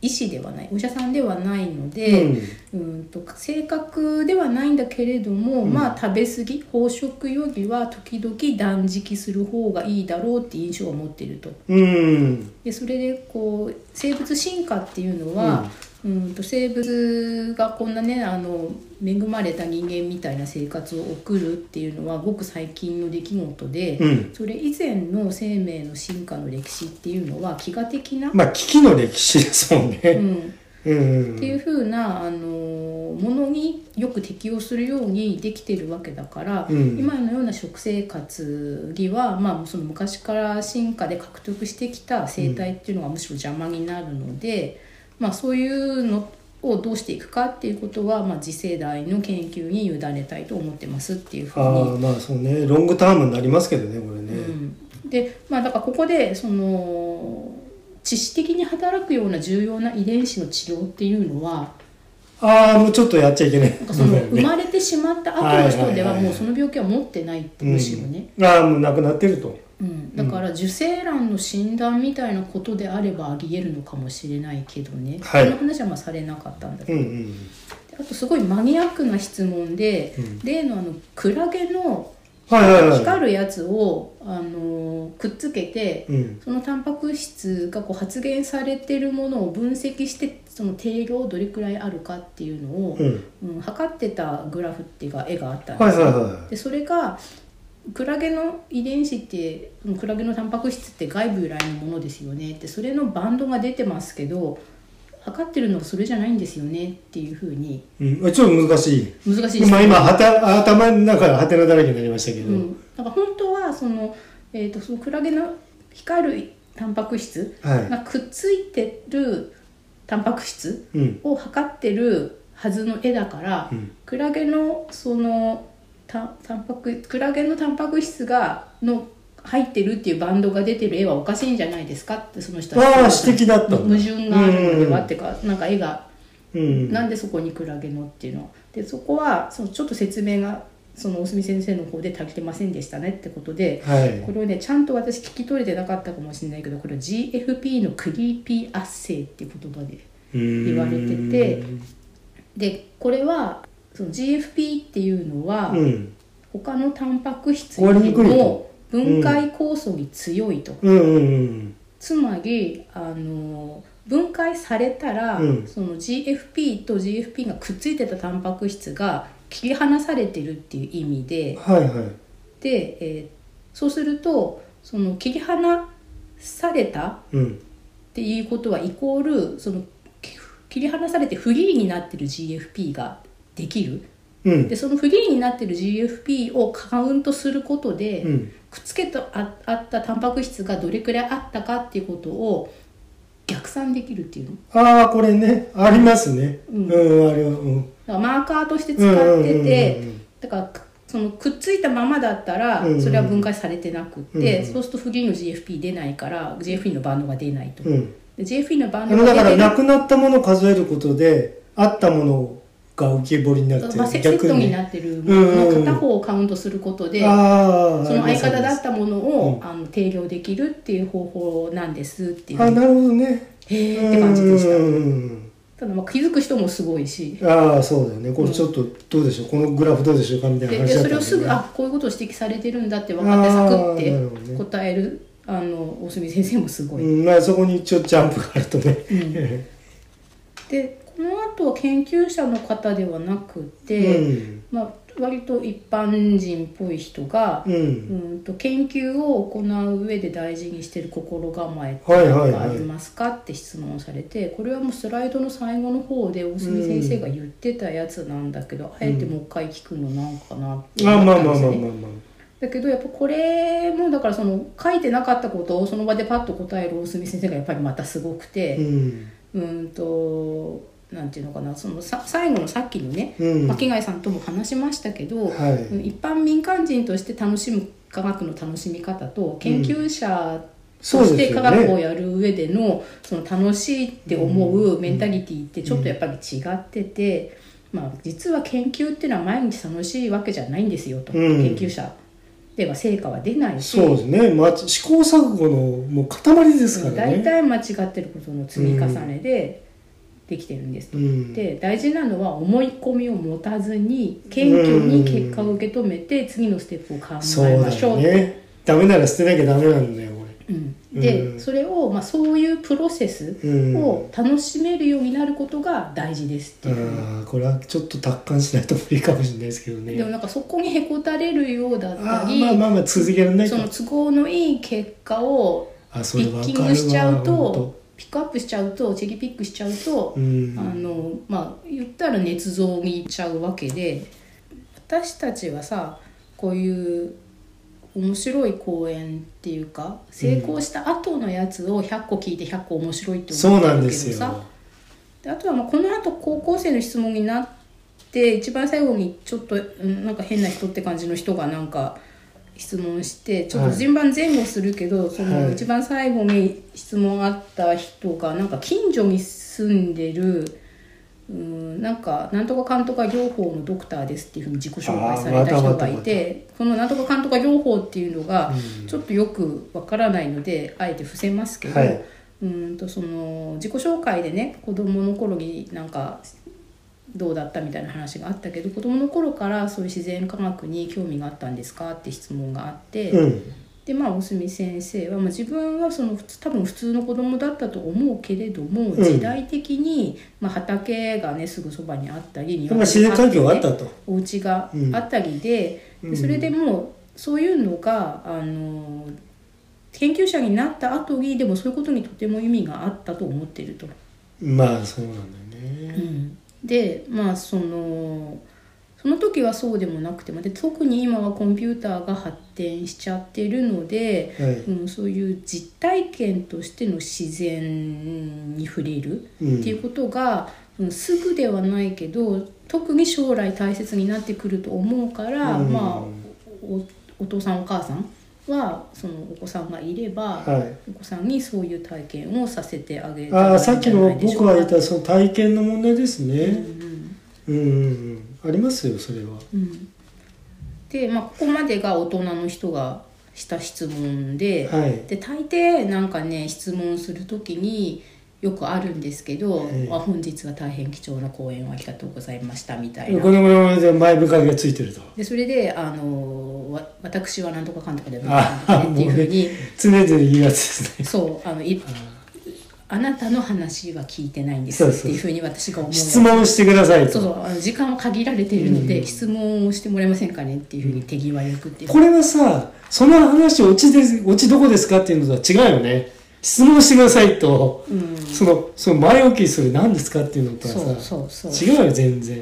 Speaker 2: 医師ではないお医者さんではないの
Speaker 1: う
Speaker 2: で、
Speaker 1: ん
Speaker 2: うん、と正確ではないんだけれども、
Speaker 1: うん
Speaker 2: まあ食べ過ぎ飽食よりは時々断食する方がいいだろうって印象を持っていると。
Speaker 1: うん
Speaker 2: でそれでこう生物進化っていうのは、うん、と生物がこんなねあの恵まれた人間みたいな生活を送るっていうのはごく最近の出来事で、
Speaker 1: うん
Speaker 2: それ以前の生命の進化の歴史っていうのは飢餓的な、
Speaker 1: まあ危機の歴史ですもん
Speaker 2: う
Speaker 1: ね。
Speaker 2: ん、
Speaker 1: うんうん
Speaker 2: っていうふうなあのものによく適応するようにできてるわけだから、
Speaker 1: うん
Speaker 2: 今のような食生活には、まあ、その昔から進化で獲得してきた生態っていうのがむしろ邪魔になるので、まあ、そういうのをどうしていくかっていうことは、まあ、次世代の研究に委ねたいと思ってますっていうふうに
Speaker 1: ああまあそうねロングタームになりますけどねこれ
Speaker 2: う
Speaker 1: ね。
Speaker 2: んでまあだからここでその致死的に働くような重要な遺伝子の治療っていうのは
Speaker 1: ああもうちょっとやっちゃいけない。
Speaker 2: なんかその生まれてしまった後の人では
Speaker 1: はいはいはいはい
Speaker 2: もうその病気は持ってないってむしろね、
Speaker 1: うんああもうなくなってると。
Speaker 2: うん、だから受精卵の診断みたいなことであればありえるのかもしれないけどね、
Speaker 1: はい
Speaker 2: その話はまあされなかったんだけ
Speaker 1: う
Speaker 2: ど、
Speaker 1: んうん。
Speaker 2: であとすごいマニアックな質問で、
Speaker 1: うん
Speaker 2: 例のあのクラゲの
Speaker 1: はいはいはい。
Speaker 2: 光るやつを、あのーくっつけて、
Speaker 1: うん
Speaker 2: そのタンパク質がこう発現されてるものを分析してその定量どれくらいあるかっていうのを、
Speaker 1: うん
Speaker 2: うん測ってたグラフっていうか絵があったん
Speaker 1: は
Speaker 2: で
Speaker 1: い
Speaker 2: す
Speaker 1: はい
Speaker 2: よ、
Speaker 1: は
Speaker 2: でそれがクラゲの遺伝子ってうんクラゲのタンパク質って外部由来のものですよねってそれのバンドが出てますけど測ってるのがそれじゃないんですよねっていうふうに
Speaker 1: い。うんちょっと難しい。
Speaker 2: 難しいです
Speaker 1: まあ
Speaker 2: ね
Speaker 1: 今はた頭の中がハテナだらけになりましたけど。
Speaker 2: うん、だから本当はその,、えー、とそのクラゲの光るタンパク質
Speaker 1: は
Speaker 2: がくっついてるタンパク質
Speaker 1: い。うん
Speaker 2: を測ってるはずの絵だから、
Speaker 1: うん
Speaker 2: クラゲのそのたタンパククラゲのタンパク質がの入ってるっていうバンドが出てる絵はおかしいんじゃないですかってその人
Speaker 1: ああ
Speaker 2: は
Speaker 1: 指摘だったんだ
Speaker 2: 矛盾があるので
Speaker 1: うんうん
Speaker 2: はっていうかなんか絵が
Speaker 1: うん。
Speaker 2: なんでそこにクラゲのっていうのでそこはそのちょっと説明がそのおすみ先生の方で足りてませんでしたねってことで
Speaker 1: はい
Speaker 2: こ。れをねちゃんと私聞き取れてなかったかもしれないけどこれを GFP のクリーピーアッセイっていう言葉で
Speaker 1: 言
Speaker 2: われててでこれはその GFP っていうのは、
Speaker 1: うん
Speaker 2: 他のタンパク質
Speaker 1: 壊れにくい
Speaker 2: も
Speaker 1: と
Speaker 2: 分解酵素に強いと、
Speaker 1: うんうん
Speaker 2: つまりあの分解されたら、
Speaker 1: うん
Speaker 2: その GFP と GFP がくっついてたタンパク質が切り離されてるっていう意味
Speaker 1: うん。
Speaker 2: で
Speaker 1: はいはい。
Speaker 2: で、えーそうするとその切り離されたっ
Speaker 1: うん。
Speaker 2: ていうことはイコールそのき切り離されてフリーになってる GFP ができる
Speaker 1: うん
Speaker 2: で。そのフリーになってる GFP をカウントすることで、
Speaker 1: うん。
Speaker 2: くっつけとああったタンパク質がどれくらいあったかっていうことを逆算できるっていうの
Speaker 1: ああこれねありますね。うんあれはうん。
Speaker 2: だからマーカーとして使ってて、
Speaker 1: うんうんうんうん
Speaker 2: だからくそのくっついたままだったら
Speaker 1: うんうん
Speaker 2: それは分解されてなくって、
Speaker 1: うんうん
Speaker 2: そうするとフリーの GFP 出ないから GFP のバンドが出ないと、
Speaker 1: うん。
Speaker 2: で GFP のバ
Speaker 1: あ
Speaker 2: ンド
Speaker 1: の
Speaker 2: が
Speaker 1: だから
Speaker 2: 出て
Speaker 1: な
Speaker 2: る
Speaker 1: くなったものを数えることであったものが浮き彫りになって
Speaker 2: まあセセットになってるものの片方をカウントすることで、
Speaker 1: ああ
Speaker 2: その相方だ
Speaker 1: あ
Speaker 2: ったものを、
Speaker 1: う
Speaker 2: あの定量できるっていう方法なんですっていう
Speaker 1: あなるほどね。
Speaker 2: へえって感じでした。
Speaker 1: うんうん
Speaker 2: ただまあ気づく人もすごいし
Speaker 1: うん。ああそうだよねこれちょっとどうでしょうこのグラフどうでしょうかみたい
Speaker 2: で
Speaker 1: な
Speaker 2: で
Speaker 1: 話だった
Speaker 2: そ
Speaker 1: んだ
Speaker 2: れ
Speaker 1: よ
Speaker 2: を
Speaker 1: ね
Speaker 2: すぐあこういうことを指摘されてるんだって分かってサク
Speaker 1: あーなるほど
Speaker 2: ッて
Speaker 1: ね
Speaker 2: 答えるあの大隅先生もすごい。
Speaker 1: うんまあそこに一応ジャンプがあると
Speaker 2: う
Speaker 1: ね。
Speaker 2: んでこの後は研究者の方ではなくて、
Speaker 1: うん
Speaker 2: まあ、割と一般人っぽい人が
Speaker 1: う、。
Speaker 2: うんん、と研究を行う上で大事にしてる心構えって
Speaker 1: はいはいはい
Speaker 2: 何かありますかって質問をされてこれはもうスライドの最後の方で大隅先生が言ってたやつなんだけど、あえてもう一回聞くのなんかなって
Speaker 1: あまあ
Speaker 2: 思
Speaker 1: ま
Speaker 2: っ
Speaker 1: あ
Speaker 2: た
Speaker 1: まあ
Speaker 2: んです
Speaker 1: まあ
Speaker 2: よ
Speaker 1: まあ
Speaker 2: ね。
Speaker 1: ま
Speaker 2: だけどやっぱこれもだからその書いてなかったことをその場でパッと答える大隅先生がやっぱりまたすごく
Speaker 1: あ。
Speaker 2: て
Speaker 1: う、ん。
Speaker 2: うーんとなんていうのかなそのさ最後のさっきのね、
Speaker 1: うん
Speaker 2: 巻貝さんとも話しましたけど、
Speaker 1: はい
Speaker 2: うん一般民間人として楽しむ科学の楽しみ方と研究者
Speaker 1: そう
Speaker 2: と
Speaker 1: です
Speaker 2: し
Speaker 1: よね
Speaker 2: て科学をやる上でのその楽しいって思ううメンタリティってちょっとやっぱり違ってて、まあ、実は研究っていうのは毎日楽しいわけじゃないんですよと、
Speaker 1: うん
Speaker 2: 研究者では成果は出ないし
Speaker 1: そうですね、まあ、試行錯誤のもう塊ですから
Speaker 2: 大
Speaker 1: ね。
Speaker 2: 体間違ってることの積み重ねで、できてるんですと
Speaker 1: うん
Speaker 2: で大事なのは思い込みを持たずに謙虚に結果を受け止めて次のステップを考
Speaker 1: そう
Speaker 2: えま
Speaker 1: だ
Speaker 2: しょ
Speaker 1: よ
Speaker 2: うって
Speaker 1: ねダメなら捨てなきゃダメなんだよこ
Speaker 2: うんで、
Speaker 1: うん
Speaker 2: それを、まあ、そういうプロセス
Speaker 1: れうん
Speaker 2: を楽しめるようになることが大事ですっていう、
Speaker 1: ああこれはちょっと達観しないと無理かもしれないですけどね
Speaker 2: でもなんかそこにへこたれるようだった
Speaker 1: あー
Speaker 2: り
Speaker 1: まあまあまあ続けられない
Speaker 2: そ
Speaker 1: か
Speaker 2: の都合のいい結果を
Speaker 1: あそ
Speaker 2: ピ
Speaker 1: れわ
Speaker 2: ッキン
Speaker 1: か
Speaker 2: グしちゃ
Speaker 1: るわ
Speaker 2: う
Speaker 1: ほん
Speaker 2: とピックアップしちゃうとチェリーピックしちゃうと
Speaker 1: う、ん
Speaker 2: あのまあ言ったら捏造にいっちゃうわけで私たちはさこういう面白い公演っていうか成功した後のやつを100個聞いて100個面白いって
Speaker 1: そ
Speaker 2: 思
Speaker 1: う
Speaker 2: って
Speaker 1: なん
Speaker 2: る
Speaker 1: で
Speaker 2: け
Speaker 1: す
Speaker 2: ど
Speaker 1: よ
Speaker 2: さであとはまあこの後高校生の質問になって一番最後にちょっとうんなんか変な人って感じの人がなんか質問してちょっと順番前後するけど、そ
Speaker 1: は
Speaker 2: の
Speaker 1: い
Speaker 2: 一番最後に質問あった人がなんか近所に住んでる。うんなんかなんとかかんとか療法のドクターですっていうふうに自己紹介された人がいてこのなんとかかんとか療法っていうのが
Speaker 1: うん
Speaker 2: ちょっとよくわからないのであえて伏せますけど、
Speaker 1: はいう
Speaker 2: ーんとその自己紹介でね子供の頃になんかどうだったみたいな話があったけど子供の頃からそういう自然科学に興味があったんですかって質問があって、
Speaker 1: うん
Speaker 2: でまあおすみ先生は、まあ、自分はその普通多分普通の子供だったと思うけれども、
Speaker 1: うん
Speaker 2: 時代的に、まあ、畑がねすぐそばにあったり
Speaker 1: まあ自然環境があったと
Speaker 2: お家があったりで,、
Speaker 1: うん
Speaker 2: でそれでもうそういうのがあの研究者になった後にでもそういうことにとても意味があったと思ってると。
Speaker 1: まあそうなんだよ
Speaker 2: う
Speaker 1: ね
Speaker 2: んでまあそのその時はそうでもなくてもで特に今はコンピューターが発展しちゃってるので、
Speaker 1: はい
Speaker 2: うん、そういう実体験としての自然に触れる。
Speaker 1: うん
Speaker 2: っていうことが、うんすぐではないけど特に将来大切になってくると思うから、
Speaker 1: うん
Speaker 2: まあおお父さんお母さんはそのお子さんがいれば、
Speaker 1: はい
Speaker 2: お子さんにそういう体験をさせてあげたら
Speaker 1: あ
Speaker 2: いい
Speaker 1: あ
Speaker 2: んじゃ
Speaker 1: さっきの
Speaker 2: ないでしょ
Speaker 1: 僕
Speaker 2: うか
Speaker 1: が言ったその体験の問題です
Speaker 2: うん
Speaker 1: ねうんうんうんありますよそれは
Speaker 2: うんうんで、まあ、ここまでが大人の人がした質問で、
Speaker 1: はい
Speaker 2: で大抵なんかね質問する時によくあるんですけど
Speaker 1: ええ
Speaker 2: 「あ本日は大変貴重な講演をありがとうございました」みたいな
Speaker 1: このままで前向かりがついてると
Speaker 2: でそれで、あのわ私はなんとかかんとかでもな
Speaker 1: あ
Speaker 2: い
Speaker 1: あ
Speaker 2: って
Speaker 1: も
Speaker 2: いう
Speaker 1: う
Speaker 2: ふう
Speaker 1: ね
Speaker 2: に、
Speaker 1: 常々言うやつですね
Speaker 2: そうあのいあなたの話は聞いてないんです
Speaker 1: そう
Speaker 2: っ
Speaker 1: そ
Speaker 2: て
Speaker 1: う
Speaker 2: いうふうに私が思う
Speaker 1: 質問してください
Speaker 2: そう
Speaker 1: と
Speaker 2: そうあの時間は限られているので、
Speaker 1: うん
Speaker 2: 質問をしてもらえませんかねっていうふうに手際よくっていう、
Speaker 1: これはさその話オチですオチどこですかっていうのとは違うよね質問してくださいと
Speaker 2: うん、
Speaker 1: そのその前置きそれ何ですかっていうのと
Speaker 2: そう
Speaker 1: はさ
Speaker 2: そうそう
Speaker 1: 違うよ全然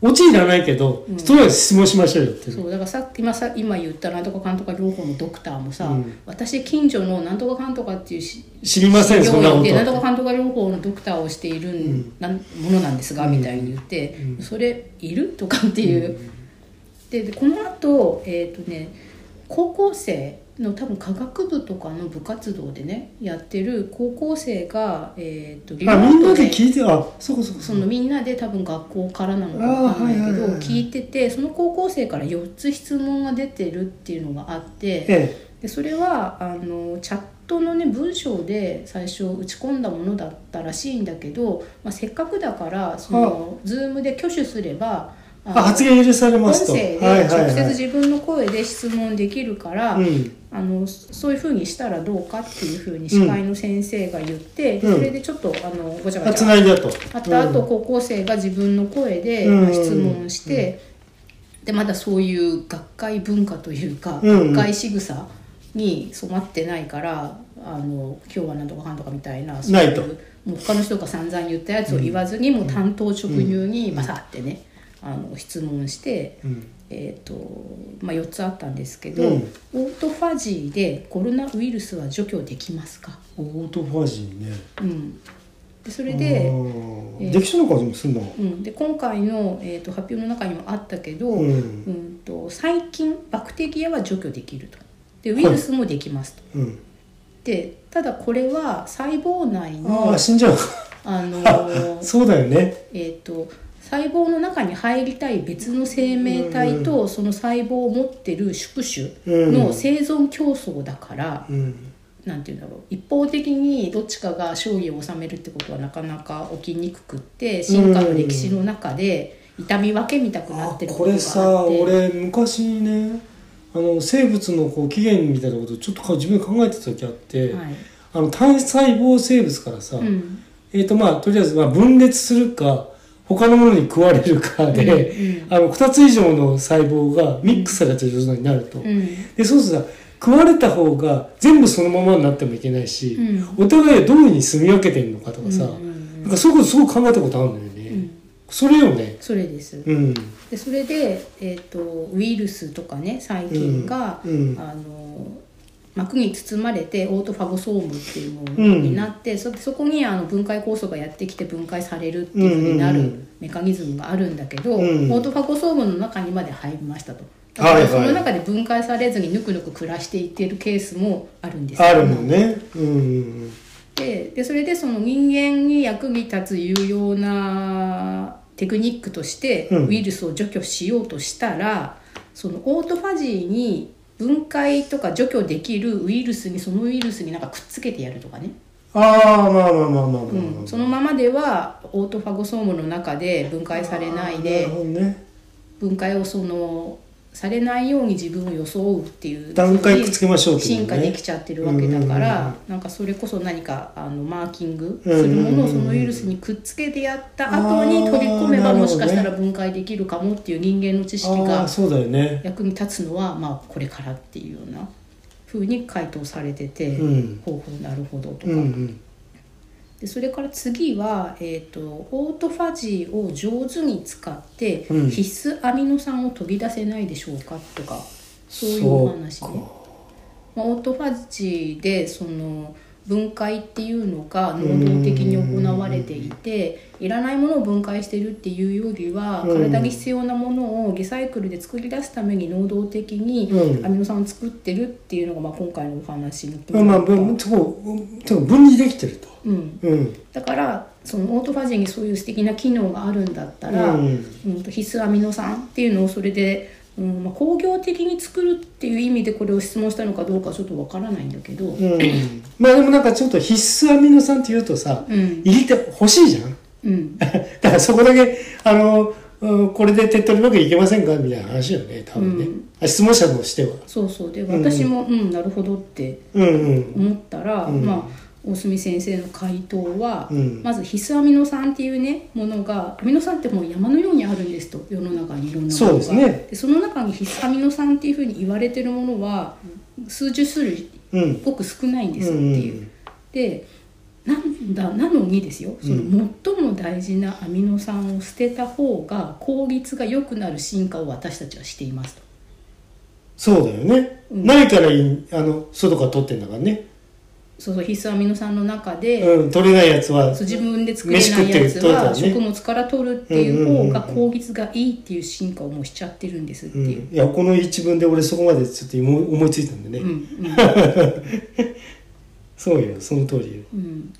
Speaker 2: うん
Speaker 1: オチいらないけど、
Speaker 2: うん
Speaker 1: とりあえず質問しましょうよっていう
Speaker 2: そうだからさっき今さ今言ったなんとかかんとか療法のドクターもさ、
Speaker 1: うん
Speaker 2: 私近所のなんとかかんとかっていうし
Speaker 1: 知りませんそんなこ
Speaker 2: でなんと
Speaker 1: と
Speaker 2: か監督が療法のドクターをしている、
Speaker 1: ん
Speaker 2: なんものなんですが、みたいに言って、
Speaker 1: うん
Speaker 2: それいるとかっていう、ででこの後えっ、とね高校生の多分科学部とかの部活動でねやってる高校生が、えー、とリモ
Speaker 1: あみんな
Speaker 2: ート
Speaker 1: で
Speaker 2: で
Speaker 1: 聞いてあそうかそうか
Speaker 2: そう
Speaker 1: か
Speaker 2: のみんなで多分学校からなのかわかんないけど、
Speaker 1: あーはいはいはい
Speaker 2: 聞いててその高校生から4つ質問が出てるっていうのがあって。
Speaker 1: え
Speaker 2: でそれはあのチャットのね文章で最初打ち込んだものだったらしいんだけど、まあ、せっかくだからその Zoom で挙手すれば
Speaker 1: え
Speaker 2: あの
Speaker 1: あ発言許されま
Speaker 2: 音
Speaker 1: すと
Speaker 2: 声で
Speaker 1: はいはい
Speaker 2: 直接
Speaker 1: はい
Speaker 2: 自分の声で質問できるから、
Speaker 1: うん
Speaker 2: あのそそういうふうにしたらどうかっていうふうに司会の先生が言って、で
Speaker 1: うん
Speaker 2: それでちょっとあのごちゃご
Speaker 1: あ
Speaker 2: ちゃ
Speaker 1: 繋いだと
Speaker 2: あとあと高校生が自分の声で
Speaker 1: うん
Speaker 2: まあ質問して、でまだそういう学会文化というか、
Speaker 1: うん
Speaker 2: 学会仕草に染まってないからあの今日はなんとかかんとかみたいなそう
Speaker 1: ないいと
Speaker 2: うもう他の人が散々言ったやつを言わずに、もう単刀直入にバサってね、あの質問して、
Speaker 1: うん
Speaker 2: えーとまあ、4つあったんですけど、
Speaker 1: うん
Speaker 2: オートファジーでコロナウイルスは除去できますか、
Speaker 1: オートファジーね
Speaker 2: うん、でそれ
Speaker 1: あ
Speaker 2: で
Speaker 1: ー
Speaker 2: えー
Speaker 1: できそうな感じもすんな
Speaker 2: うん、で今回の、えー、と発表の中にもあったけど、
Speaker 1: う
Speaker 2: うん
Speaker 1: ん
Speaker 2: と細菌バクテリアは除去できるとでウイルスもできますと、
Speaker 1: うん
Speaker 2: でただこれは細胞内
Speaker 1: あ
Speaker 2: の
Speaker 1: あ死んじゃう
Speaker 2: あの ー
Speaker 1: そうだよね
Speaker 2: えっと細胞の中に入りたい別の生命体とその細胞を持ってる宿主の生存競争だから、
Speaker 1: うん
Speaker 2: なんて言うんだろう一方的にどっちかが勝利を収めるってことはなかなか起きにくくって進化の歴史の中で痛み分けみたくな
Speaker 1: あ
Speaker 2: ってる
Speaker 1: こ
Speaker 2: が
Speaker 1: れ
Speaker 2: あって
Speaker 1: さ俺昔ねあの生物のこう起源みたいなことをちょっと自分で考えてた時あって、
Speaker 2: はい
Speaker 1: あの単細胞生物からさ、
Speaker 2: うん
Speaker 1: えーとまあ、とりあえずまあ分裂するか他のものに食われるかで、
Speaker 2: うん
Speaker 1: あの2つ以上の細胞がミックスされた状態になると、
Speaker 2: うん
Speaker 1: でそうするとさ食われた方が全部そのままになってもいけないし、
Speaker 2: う
Speaker 1: お互いどういうふうに住み分けてるのかとかさ、
Speaker 2: うんうん
Speaker 1: なんかそういうことすごく考えたことあるんだよね、
Speaker 2: うん
Speaker 1: それよね
Speaker 2: それです
Speaker 1: うん
Speaker 2: でそれで、えー、とウイルスとかね細菌が、
Speaker 1: うんうん
Speaker 2: あの膜に包まれてオートファゴソームっていうも
Speaker 1: う
Speaker 2: の
Speaker 1: ん
Speaker 2: になって、そそこにあの分解酵素がやってきて分解されるっていうふうにな
Speaker 1: うんう
Speaker 2: る
Speaker 1: んうん
Speaker 2: メカニズムがあるんだけど、
Speaker 1: うん
Speaker 2: オートファゴソームの中にまで入りましたと。だ
Speaker 1: は
Speaker 2: か
Speaker 1: いは
Speaker 2: ら
Speaker 1: い
Speaker 2: その中で分解されずにぬくぬく暮らしていってるケースもあるんですよ
Speaker 1: あるもんねうん
Speaker 2: ででそれでその人間に役に立つ有用なテクニックとして
Speaker 1: うん
Speaker 2: ウイルスを除去しようとしたら、そのオートファジーに分解とか除去できるウイルスにそのウイルスになんかくっつけてやるとかね、
Speaker 1: ああまあまあまあまあまあまあ、
Speaker 2: うんそのままではオートファゴソームの中で分解されない
Speaker 1: あーなる
Speaker 2: で
Speaker 1: ほどね
Speaker 2: 分解をそのされないように自分を装うっていう
Speaker 1: 段階くっつけましょうっていうね
Speaker 2: 進化できちゃってるわけだか
Speaker 1: う
Speaker 2: ら、
Speaker 1: んうんうん
Speaker 2: なんかそれこそ何かあのマーキングするものをそのウイルスにくっつけてやった後
Speaker 1: うん
Speaker 2: に
Speaker 1: うんうん
Speaker 2: 取り込め
Speaker 1: あ
Speaker 2: ば
Speaker 1: ー
Speaker 2: もしかしたら分解できるかもっていう人間の知識
Speaker 1: あ
Speaker 2: が
Speaker 1: ーそうだよね
Speaker 2: 役に立つのはまあこれからっていうような風に回答されてて、
Speaker 1: うん
Speaker 2: ほうほうなるほどと
Speaker 1: う
Speaker 2: か、
Speaker 1: んうん
Speaker 2: でそれから次は、えー、とオートファジーを上手に使って
Speaker 1: うん
Speaker 2: 必須アミノ酸を取り出せないでしょうかとかそういうお話
Speaker 1: そう
Speaker 2: ね
Speaker 1: か。
Speaker 2: まあオートファジーでその分解っていうのが能動的に行われていていらないものを分解してるっていうよりは
Speaker 1: うん
Speaker 2: 体に必要なものをリサイクルで作り出すために能動的に
Speaker 1: うん
Speaker 2: アミノ酸を作ってるっていうのがまあ今回のお話の
Speaker 1: まあまあぶそこちょっと分離できてると
Speaker 2: うん、
Speaker 1: うん
Speaker 2: だからそのオートファジーにそういう素敵な機能があるんだったら、
Speaker 1: う
Speaker 2: うんんと必須アミノ酸っていうのをそれで、うんまあ、工業的に作るっていう意味でこれを質問したのかどうかちょっとわからないんだけど、うん
Speaker 1: うんまあでもなんかちょっと必須アミノ酸って言うとさ、
Speaker 2: う
Speaker 1: 入
Speaker 2: ん
Speaker 1: りて欲しいじゃん だからそこだけあの、うんこれで手っ取り早くいけませんかみたいな話よね多分ね、
Speaker 2: うん
Speaker 1: あ質問者としては
Speaker 2: そうそうで
Speaker 1: うん
Speaker 2: 私も、うんなるほどって
Speaker 1: うんうん
Speaker 2: 思ったら、
Speaker 1: うん
Speaker 2: まあ大隅先生の回答は、
Speaker 1: うん
Speaker 2: まず必須アミノ酸っていうねものがアミノ酸ってもう山のようにあるんですと世の中にいろんなものが
Speaker 1: そうですね
Speaker 2: でその中に必須アミノ酸っていうふうに言われてるものは数十種類
Speaker 1: うん
Speaker 2: ごく少ないんです
Speaker 1: う
Speaker 2: よっていう。
Speaker 1: ん
Speaker 2: でなんだなのにですよその最も大事なアミノ酸を捨てた方が効率が良くなる進化を私たちはしていますと。
Speaker 1: そうだよね、
Speaker 2: うん
Speaker 1: ないからいいあの外から取ってんだからね、
Speaker 2: そうそう必須アミノ酸の中で、
Speaker 1: うん、取れないやつは
Speaker 2: そう自分で作れないやつは
Speaker 1: 飯食ってる取れた
Speaker 2: 食
Speaker 1: らね
Speaker 2: 物から取るっていう方が効率がいいっていう進化をもうしちゃってるんですって
Speaker 1: うん、
Speaker 2: いう。
Speaker 1: いやこの一文で俺そこまでちょっと思い思いついたんでね、
Speaker 2: うんうん
Speaker 1: そうよその通りよ
Speaker 2: うん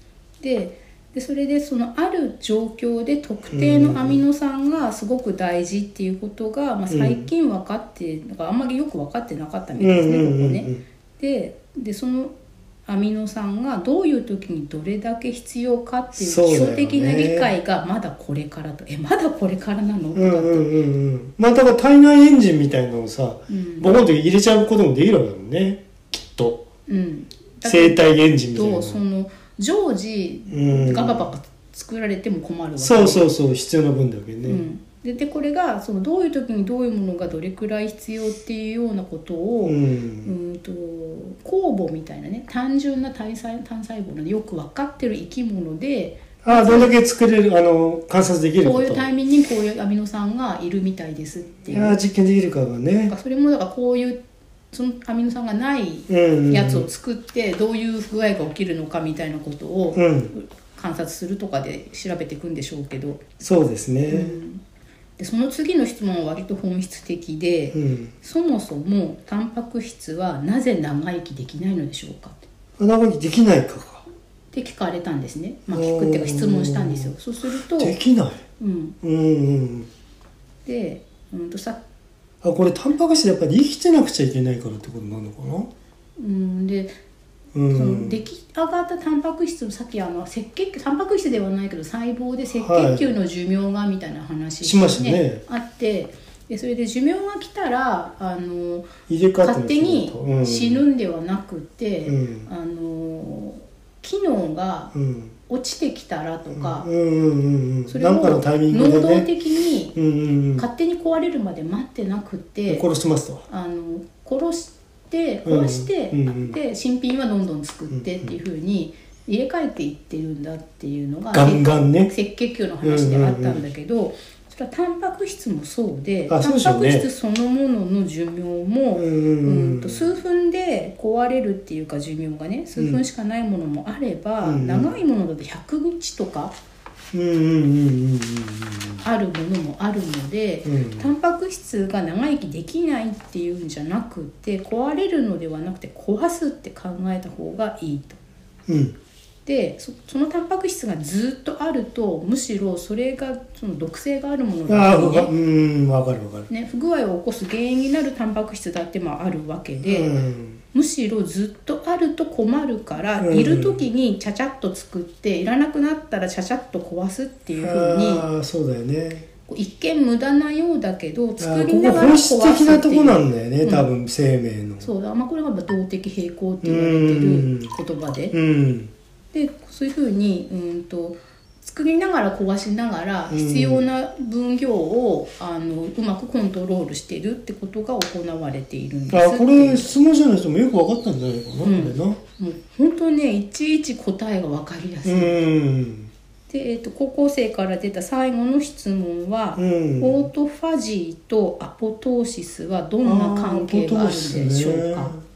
Speaker 2: ででそれでそのある状況で特定のアミノ酸がすごく大事っていうことが、まあ、最近分かってなんかあんまりよく分かってなかったみたいですね、
Speaker 1: うんうんうんうん
Speaker 2: ここね。ででそのアミノ酸がどういう時にどれだけ必要かっていう基
Speaker 1: そうだよね
Speaker 2: 礎的な理解がまだこれからと、えまだこれからな
Speaker 1: う
Speaker 2: の
Speaker 1: ん
Speaker 2: とかって
Speaker 1: うんうんうんまあだから体内エンジンみたいなのをさ、
Speaker 2: うん
Speaker 1: ボコンと入れちゃうこともできるわけだもんねきっと
Speaker 2: うん、だけ
Speaker 1: 生体エンジンみたいな
Speaker 2: ど
Speaker 1: の
Speaker 2: その常時
Speaker 1: うん
Speaker 2: ガバガバ作られても困るわけ
Speaker 1: そうそうそう必要な分だけ
Speaker 2: う
Speaker 1: ね
Speaker 2: ん、ででこれがそのどういう時にどういうものがどれくらい必要っていうようなこと
Speaker 1: う
Speaker 2: を、うん
Speaker 1: ん
Speaker 2: と酵母みたいなね単純な単細単細胞のよく分かってる生き物で
Speaker 1: ああどんだけ作れるあの観察できる
Speaker 2: こ
Speaker 1: こ
Speaker 2: う
Speaker 1: と
Speaker 2: いうタイミングにこういうアミノ酸がいるみたいですって
Speaker 1: い
Speaker 2: いうな
Speaker 1: やー実験できるかが
Speaker 2: ん
Speaker 1: ね
Speaker 2: かそれもだからこういうそのアミノ酸がない
Speaker 1: うんうんうん
Speaker 2: やつを作ってどういう不具合が起きるのかみたいなことを
Speaker 1: うん
Speaker 2: 観察するとかで調べていくんでしょうけど
Speaker 1: そうですね
Speaker 2: でその次の質問は割と本質的で。
Speaker 1: うん
Speaker 2: そもそもタンパク質はなぜ長生きできないのでしょうか
Speaker 1: 穴掘りできないかが
Speaker 2: って聞かれたんですね、まあ、聞くっていうか質問したんですよそうすると、
Speaker 1: できない
Speaker 2: うん、
Speaker 1: うんうん
Speaker 2: で、うん、とさ、
Speaker 1: あこれタンパク質やっぱり生きてなくちゃいけないからってことなのかな
Speaker 2: うん、で
Speaker 1: うん
Speaker 2: その出来上がったタンパク質のさっきあの赤血球タンパク質ではないけど細胞で赤血球の寿命がみたいな話
Speaker 1: しましたね
Speaker 2: あってでそれで寿命が来たらあの
Speaker 1: 入れ替わって
Speaker 2: 勝
Speaker 1: る
Speaker 2: 手に
Speaker 1: うん
Speaker 2: 死ぬんではなくて、
Speaker 1: うん
Speaker 2: あの機能が
Speaker 1: うん
Speaker 2: 落ちてきたらとか、
Speaker 1: うんうんうんうん
Speaker 2: それを
Speaker 1: なんかの
Speaker 2: 能
Speaker 1: タイミングで
Speaker 2: 動
Speaker 1: ね
Speaker 2: 的に
Speaker 1: うんうんうん
Speaker 2: 勝手に壊れるまで待ってなくて、
Speaker 1: 殺しますと
Speaker 2: あの殺して壊して、
Speaker 1: うんうんうん
Speaker 2: で新品はどんどん作ってっていうふうに入れ替えていってるんだっていうのが
Speaker 1: ガンガンね
Speaker 2: 赤血球の話であったんだけど、それはタンパク質もそうで
Speaker 1: あ
Speaker 2: タ
Speaker 1: そうで
Speaker 2: ン
Speaker 1: しょ
Speaker 2: パ
Speaker 1: うね
Speaker 2: ク質そのものの寿命も、
Speaker 1: うんうん
Speaker 2: うんと数分で壊れるっていうか寿命がね数分しかないものもあれば、
Speaker 1: うん
Speaker 2: 長いものだと100日とか
Speaker 1: うんうんうんうん
Speaker 2: あるものもあるので。
Speaker 1: うんうん
Speaker 2: タンパク質が長生きできないっていうんじゃなくて壊れるのではなくて壊すって考えた方がいいと。
Speaker 1: うん
Speaker 2: でそそのタンパク質がずっとあるとむしろそれがその毒性があるもの
Speaker 1: あ
Speaker 2: だ
Speaker 1: あ
Speaker 2: ったり
Speaker 1: わか
Speaker 2: ね
Speaker 1: うんわかるわかる
Speaker 2: ね不具合を起こす原因になるタンパク質だってまああるわけで、
Speaker 1: うん
Speaker 2: むしろずっとあると困るから、
Speaker 1: うん
Speaker 2: いる時にちゃちゃっと作っていらなくなったらちゃちゃっと壊すっていうふうに
Speaker 1: ああそうだよね
Speaker 2: こう一見無駄なようだけど
Speaker 1: あ
Speaker 2: 作
Speaker 1: ー
Speaker 2: り
Speaker 1: こ
Speaker 2: な
Speaker 1: こ
Speaker 2: がら壊
Speaker 1: 本
Speaker 2: す
Speaker 1: 質
Speaker 2: って
Speaker 1: 的
Speaker 2: いう
Speaker 1: なとこなんだよね
Speaker 2: うん
Speaker 1: 多分生命の
Speaker 2: そうだ、まあ、これがまあ動的平衡って言われてる言葉で
Speaker 1: うん
Speaker 2: でそういうふうにうんと作りながら壊しながら
Speaker 1: うん
Speaker 2: 必要な分量をあのうまくコントロールしてるってことが行われているんです
Speaker 1: あこれ質問者の人もよく分かったんじゃないかな、
Speaker 2: うん
Speaker 1: これな
Speaker 2: もう本当ねいちいち答えが分かりやすい。
Speaker 1: うん
Speaker 2: で、えっと高校生から出た最後の質問は、
Speaker 1: うん
Speaker 2: オートファジーとアポトーシスはどんな関係があるんでしょうか。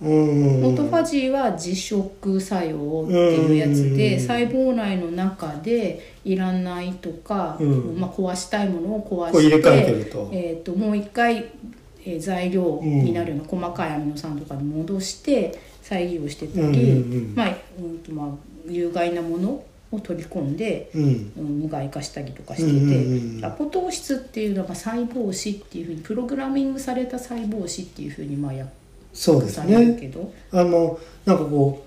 Speaker 1: あーうん
Speaker 2: オートファジーは自食作用っていうやつ
Speaker 1: う
Speaker 2: で
Speaker 1: ん
Speaker 2: 細胞内の中でいらないとか、
Speaker 1: うん
Speaker 2: まあ、壊したいものを壊
Speaker 1: こう入れ
Speaker 2: して
Speaker 1: 替えてると
Speaker 2: えー、ともう一回、えー材料になるような細かいアミノ酸とかに戻して再利用してたり、
Speaker 1: うんうんうん
Speaker 2: まあうんとまあ、有害なものを取り込んで、
Speaker 1: うん
Speaker 2: うん無害化したりとかしてて、
Speaker 1: うんうんうん
Speaker 2: アポトーシスっていうのは細胞死っていうふうにプログラミングされた細胞死っていうふうにまあ訳
Speaker 1: そうです
Speaker 2: される
Speaker 1: ね
Speaker 2: けど。
Speaker 1: あのなんかこ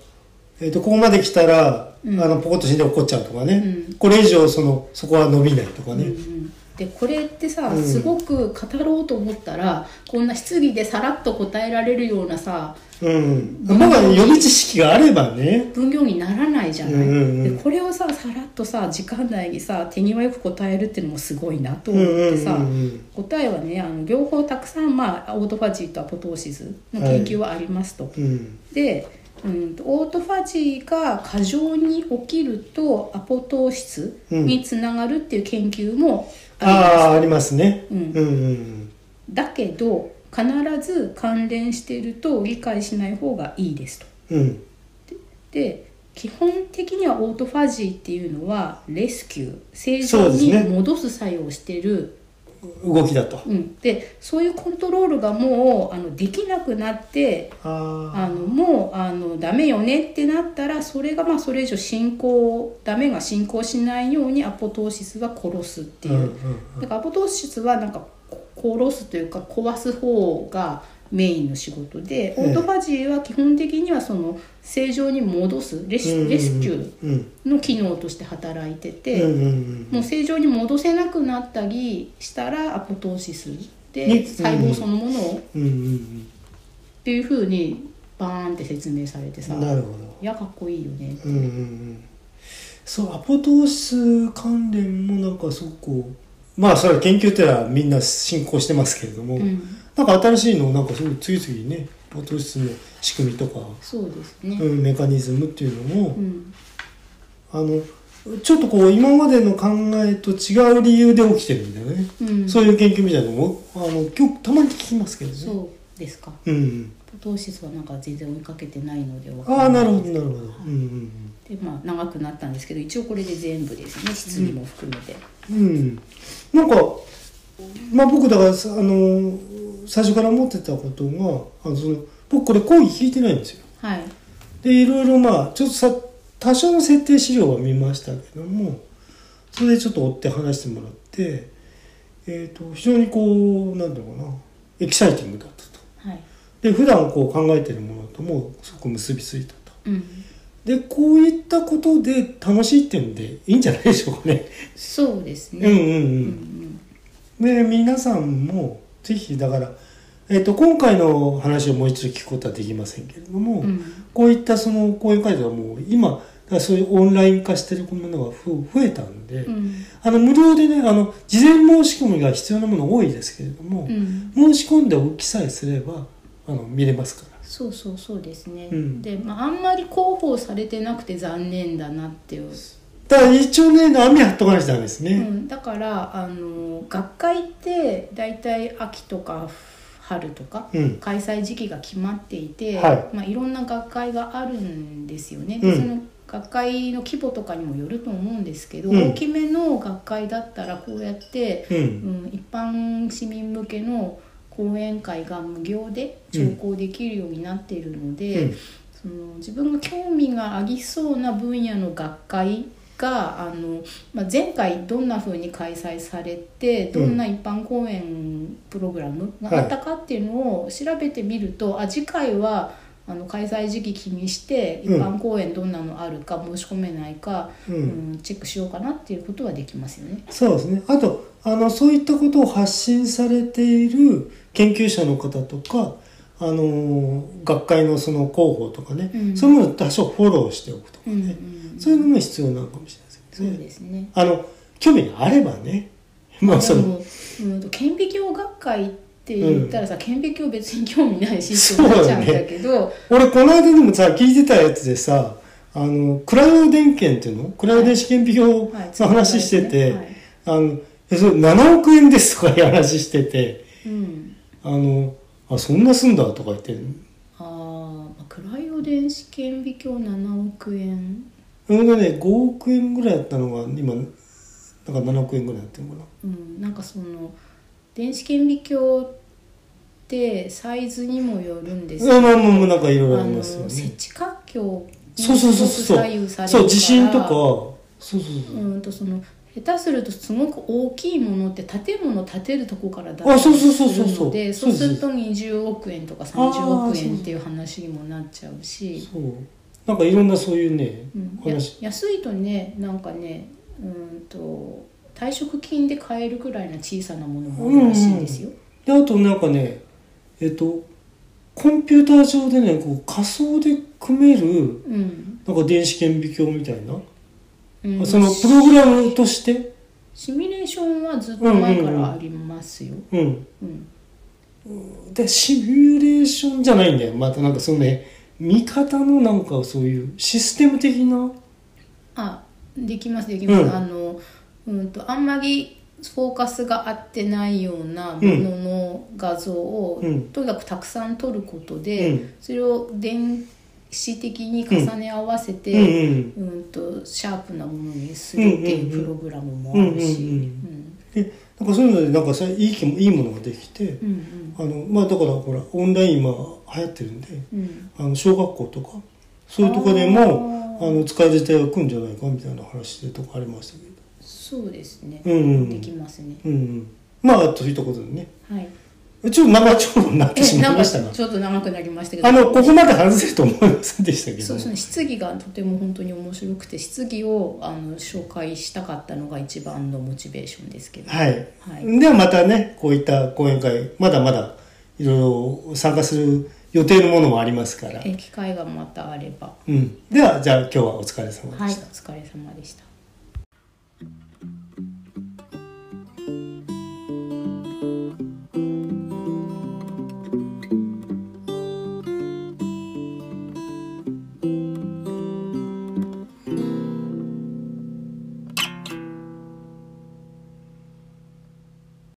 Speaker 1: う、えー、とここまで来たら、
Speaker 2: うん
Speaker 1: あのポコッと死んで落っこっちゃうとかね、
Speaker 2: うん
Speaker 1: これ以上そのそこは伸びないとかね、
Speaker 2: うんうんでこれってさ、
Speaker 1: うん
Speaker 2: すごく語ろうと思ったらこんな質疑でさらっと答えられるようなさ
Speaker 1: うんまだ予備知識があればね
Speaker 2: 分業にならないじゃない、
Speaker 1: うんうんうん
Speaker 2: でこれをささらっとさ時間内にさ手際よく答えるっていうのもすごいなと思ってさ、
Speaker 1: うんうんうんうん
Speaker 2: 答えはねあの両方たくさん、まあ、オートファジーとアポトーシスの研究はありますと。
Speaker 1: うん
Speaker 2: でうんと、オートファジーが過剰に起きるとアポトーシスにつながるっていう研究もあります。
Speaker 1: ああありますね、
Speaker 2: う
Speaker 1: う
Speaker 2: ん
Speaker 1: んうん
Speaker 2: だけど必ず関連していると理解しない方がいいですと。
Speaker 1: うん
Speaker 2: で基本的にはオートファジーっていうのはレスキュー正
Speaker 1: そ
Speaker 2: 常
Speaker 1: うです
Speaker 2: に
Speaker 1: ね
Speaker 2: 戻す作用をしてる
Speaker 1: 動きだと
Speaker 2: うん、でそういうコントロールがもうあのできなくなって
Speaker 1: あ
Speaker 2: あのもうあのダメよねってなったらそれがまあそれ以上進行ダメが進行しないようにアポトーシスは殺すっていう、
Speaker 1: うんうんうん
Speaker 2: だからアポトーシスはなんかこ殺すというか壊す方がメインの仕事で、
Speaker 1: ええ
Speaker 2: オートファジーは基本的にはその正常に戻す
Speaker 1: うんうん
Speaker 2: レス
Speaker 1: うん
Speaker 2: レスキュ
Speaker 1: うん
Speaker 2: ーの機能として働いてて、
Speaker 1: うんうん
Speaker 2: もう正常に戻せなくなったりしたらアポトーシス
Speaker 1: ね
Speaker 2: で細胞そのものをっ
Speaker 1: うんうん
Speaker 2: ていうふうにバーンって説明されて
Speaker 1: う
Speaker 2: さ
Speaker 1: んなるほ
Speaker 2: いやかっこいいよね
Speaker 1: どうんうんうんそうアポトース関連もなんかすごくまあそれは研究っていうのはみんな進行してますけれども、
Speaker 2: うん
Speaker 1: なんか新しいのをなんかすごい次々ねアポトースの仕組みとか、
Speaker 2: そうですね
Speaker 1: うん、メカニズムっていうのも、
Speaker 2: うん
Speaker 1: あのちょっとこう今までの考えと違う理由で起きてるんだよね、
Speaker 2: うん
Speaker 1: そういう研究みたいなのもあの今日たまに聞きますけどね
Speaker 2: そうですか
Speaker 1: うんうん
Speaker 2: アポトーシスはなんか全然追いかけてないのでわ
Speaker 1: ああなるほど
Speaker 2: ど
Speaker 1: なるほど、うん
Speaker 2: でまあ長くなったんですけど一応これで全部ですね質疑も含めて
Speaker 1: うんうん、うん、なんかまあ僕だからさあの最初から思ってたことがあのその僕これ講義聞いてないんですよ
Speaker 2: はい
Speaker 1: でいろいろまあちょっとさ多少の設定資料は見ましたけどもそれでちょっと追って話してもらって、えー、と非常にこうなんだろうかなエキサイティングだったと
Speaker 2: はい
Speaker 1: で普段こう考えてるものこともすごく結びついたと。
Speaker 2: うん、
Speaker 1: でこういったことで楽しいっていうんでいいんじゃないでしょうかね。
Speaker 2: そうです
Speaker 1: うんうん
Speaker 2: ね。
Speaker 1: うんで皆さんもぜひだから、えっと今回の話をもう一度聞くことはできませんけれども、
Speaker 2: うん
Speaker 1: こういったその講演会ではもう今だからそういうオンライン化してるものがふ増えたんで、
Speaker 2: うん
Speaker 1: あの無料でねあの事前申し込みが必要なもの多いですけれども、
Speaker 2: うん
Speaker 1: 申し込んでおきさえすればあの見れますから。
Speaker 2: そうそうそうですね、
Speaker 1: うん
Speaker 2: で、まあ、あんまり広報されてなくて残念だなっていう、
Speaker 1: だから一応ね網張っとかないとダメです
Speaker 2: う
Speaker 1: ね。
Speaker 2: ん、だからあの学会って大体秋とか春とか
Speaker 1: うん
Speaker 2: 開催時期が決まっていて、
Speaker 1: はい
Speaker 2: まあ、いろんな学会があるんですよね、
Speaker 1: うん
Speaker 2: その学会の規模とかにもよると思うんですけど、
Speaker 1: うん
Speaker 2: 大きめの学会だったらこうやって、
Speaker 1: う
Speaker 2: うんん、一般市民向けの講演会が無料で聴講できるようになっているので、
Speaker 1: うん
Speaker 2: その自分が興味がありそうな分野の学会があの、まあ、前回どんな風に開催されてどんな一般講演プログラムがあったかっていうのを調べてみると、あ次回はあの開催時期気にして一
Speaker 1: うん
Speaker 2: 般講演どんなのあるか申し込めないか、
Speaker 1: うん
Speaker 2: うんチェックしようかなっていうことはできますよね。
Speaker 1: そうですね。あと、あの、そういったことを発信されている研究者の方とか、あの、学会のその広報とかね、
Speaker 2: うん
Speaker 1: そういうものを多少フォローしておくとか
Speaker 2: うんうん
Speaker 1: ね、そういうのも必要なのかもしれませ
Speaker 2: そうん
Speaker 1: ね。
Speaker 2: ですね
Speaker 1: あの、興味があればね、まあそ
Speaker 2: で
Speaker 1: の、
Speaker 2: もうんと顕微鏡学会って言ったらさ、顕微鏡別に興味ないしってなっちゃうんだけど
Speaker 1: 俺この間でもさ、聞いてたやつでさ、あの、クラウオ電源っていうのクラウオ電子顕微鏡
Speaker 2: はい
Speaker 1: の話してて、
Speaker 2: はい
Speaker 1: あの、えそれ7億円ですとかいう話してて、
Speaker 2: うん、
Speaker 1: あの、あ、そんなすんだとか言って
Speaker 2: あー、まあクライオ電子顕微鏡7億円、
Speaker 1: それがね5億円ぐらいだったのが今なんか7億円ぐらいやってるのかな
Speaker 2: うん、なんかその電子顕微鏡ってサイズにもよるんです
Speaker 1: まあまあまあまあなんかいろいろあ
Speaker 2: あ
Speaker 1: り
Speaker 2: の
Speaker 1: ますよ
Speaker 2: 設
Speaker 1: ね
Speaker 2: 置環境に
Speaker 1: そうそうそう
Speaker 2: す
Speaker 1: そ
Speaker 2: ごく左右され
Speaker 1: う
Speaker 2: る
Speaker 1: そう地震とか
Speaker 2: う
Speaker 1: そうそうそう、
Speaker 2: んとその下手するとすごく大きいものって建物建てるとこからだ
Speaker 1: あそうそうそうそう
Speaker 2: するので
Speaker 1: そう
Speaker 2: そう
Speaker 1: です
Speaker 2: すると20億円とか30億円っていう話にもなっちゃうし
Speaker 1: そうなんかいろんなそういうね、
Speaker 2: うん、や
Speaker 1: 話
Speaker 2: 安いとねなんかねうーんと退職金で買えるくらいの小さなものもあるらしいですよ。
Speaker 1: であとなんかねえっとコンピューター上でねこう仮想で組める
Speaker 2: うん
Speaker 1: なんか電子顕微鏡みたいな、
Speaker 2: うん
Speaker 1: そのプログラムとして
Speaker 2: シミュレーションはずっと前からありますよ。
Speaker 1: うん
Speaker 2: うん
Speaker 1: でシミュレーションじゃないんだよまたなんかそのね見方のなんかそういうシステム的な
Speaker 2: あできますできます。
Speaker 1: うん
Speaker 2: あのうんとあんまりフォーカスが合ってないようなものの画像を、
Speaker 1: うん
Speaker 2: とにかくたくさん撮ることで、
Speaker 1: うん
Speaker 2: それを電子的に重ね合わせて、
Speaker 1: うんうん
Speaker 2: うんとシャープなものにするっていうプログラムもあるし
Speaker 1: うん
Speaker 2: うん
Speaker 1: でなんかそういうのでなんかさいい気もいいものができて
Speaker 2: うんう
Speaker 1: あ
Speaker 2: ん
Speaker 1: のまあだからほらオンライン今流行ってるんで
Speaker 2: うん
Speaker 1: あの小学校とかそういうとこでも
Speaker 2: あ
Speaker 1: あ
Speaker 2: ー
Speaker 1: の使える時代が来るんじゃないかみたいな話でとかありましたけ
Speaker 2: そうですね
Speaker 1: どうんうん
Speaker 2: できますね
Speaker 1: うんうんまあということでね
Speaker 2: はい
Speaker 1: ちょっと長丁場になってし
Speaker 2: え
Speaker 1: ま
Speaker 2: ないん
Speaker 1: ま
Speaker 2: か
Speaker 1: した が
Speaker 2: ちょっと長くなりましたけど
Speaker 1: あのここまで外せると思いませんでしたけど
Speaker 2: そうその質疑がとても本当に面白くて質疑をあの紹介したかったのが一番のモチベーションですけど
Speaker 1: はい。
Speaker 2: はい
Speaker 1: ではまたね、こういった講演会、まだまだいろいろ参加する予定のものもありますから。
Speaker 2: え機会がまたあれば
Speaker 1: うん。では、じゃあ今日はお疲れ様でした。
Speaker 2: はいお疲れ様でした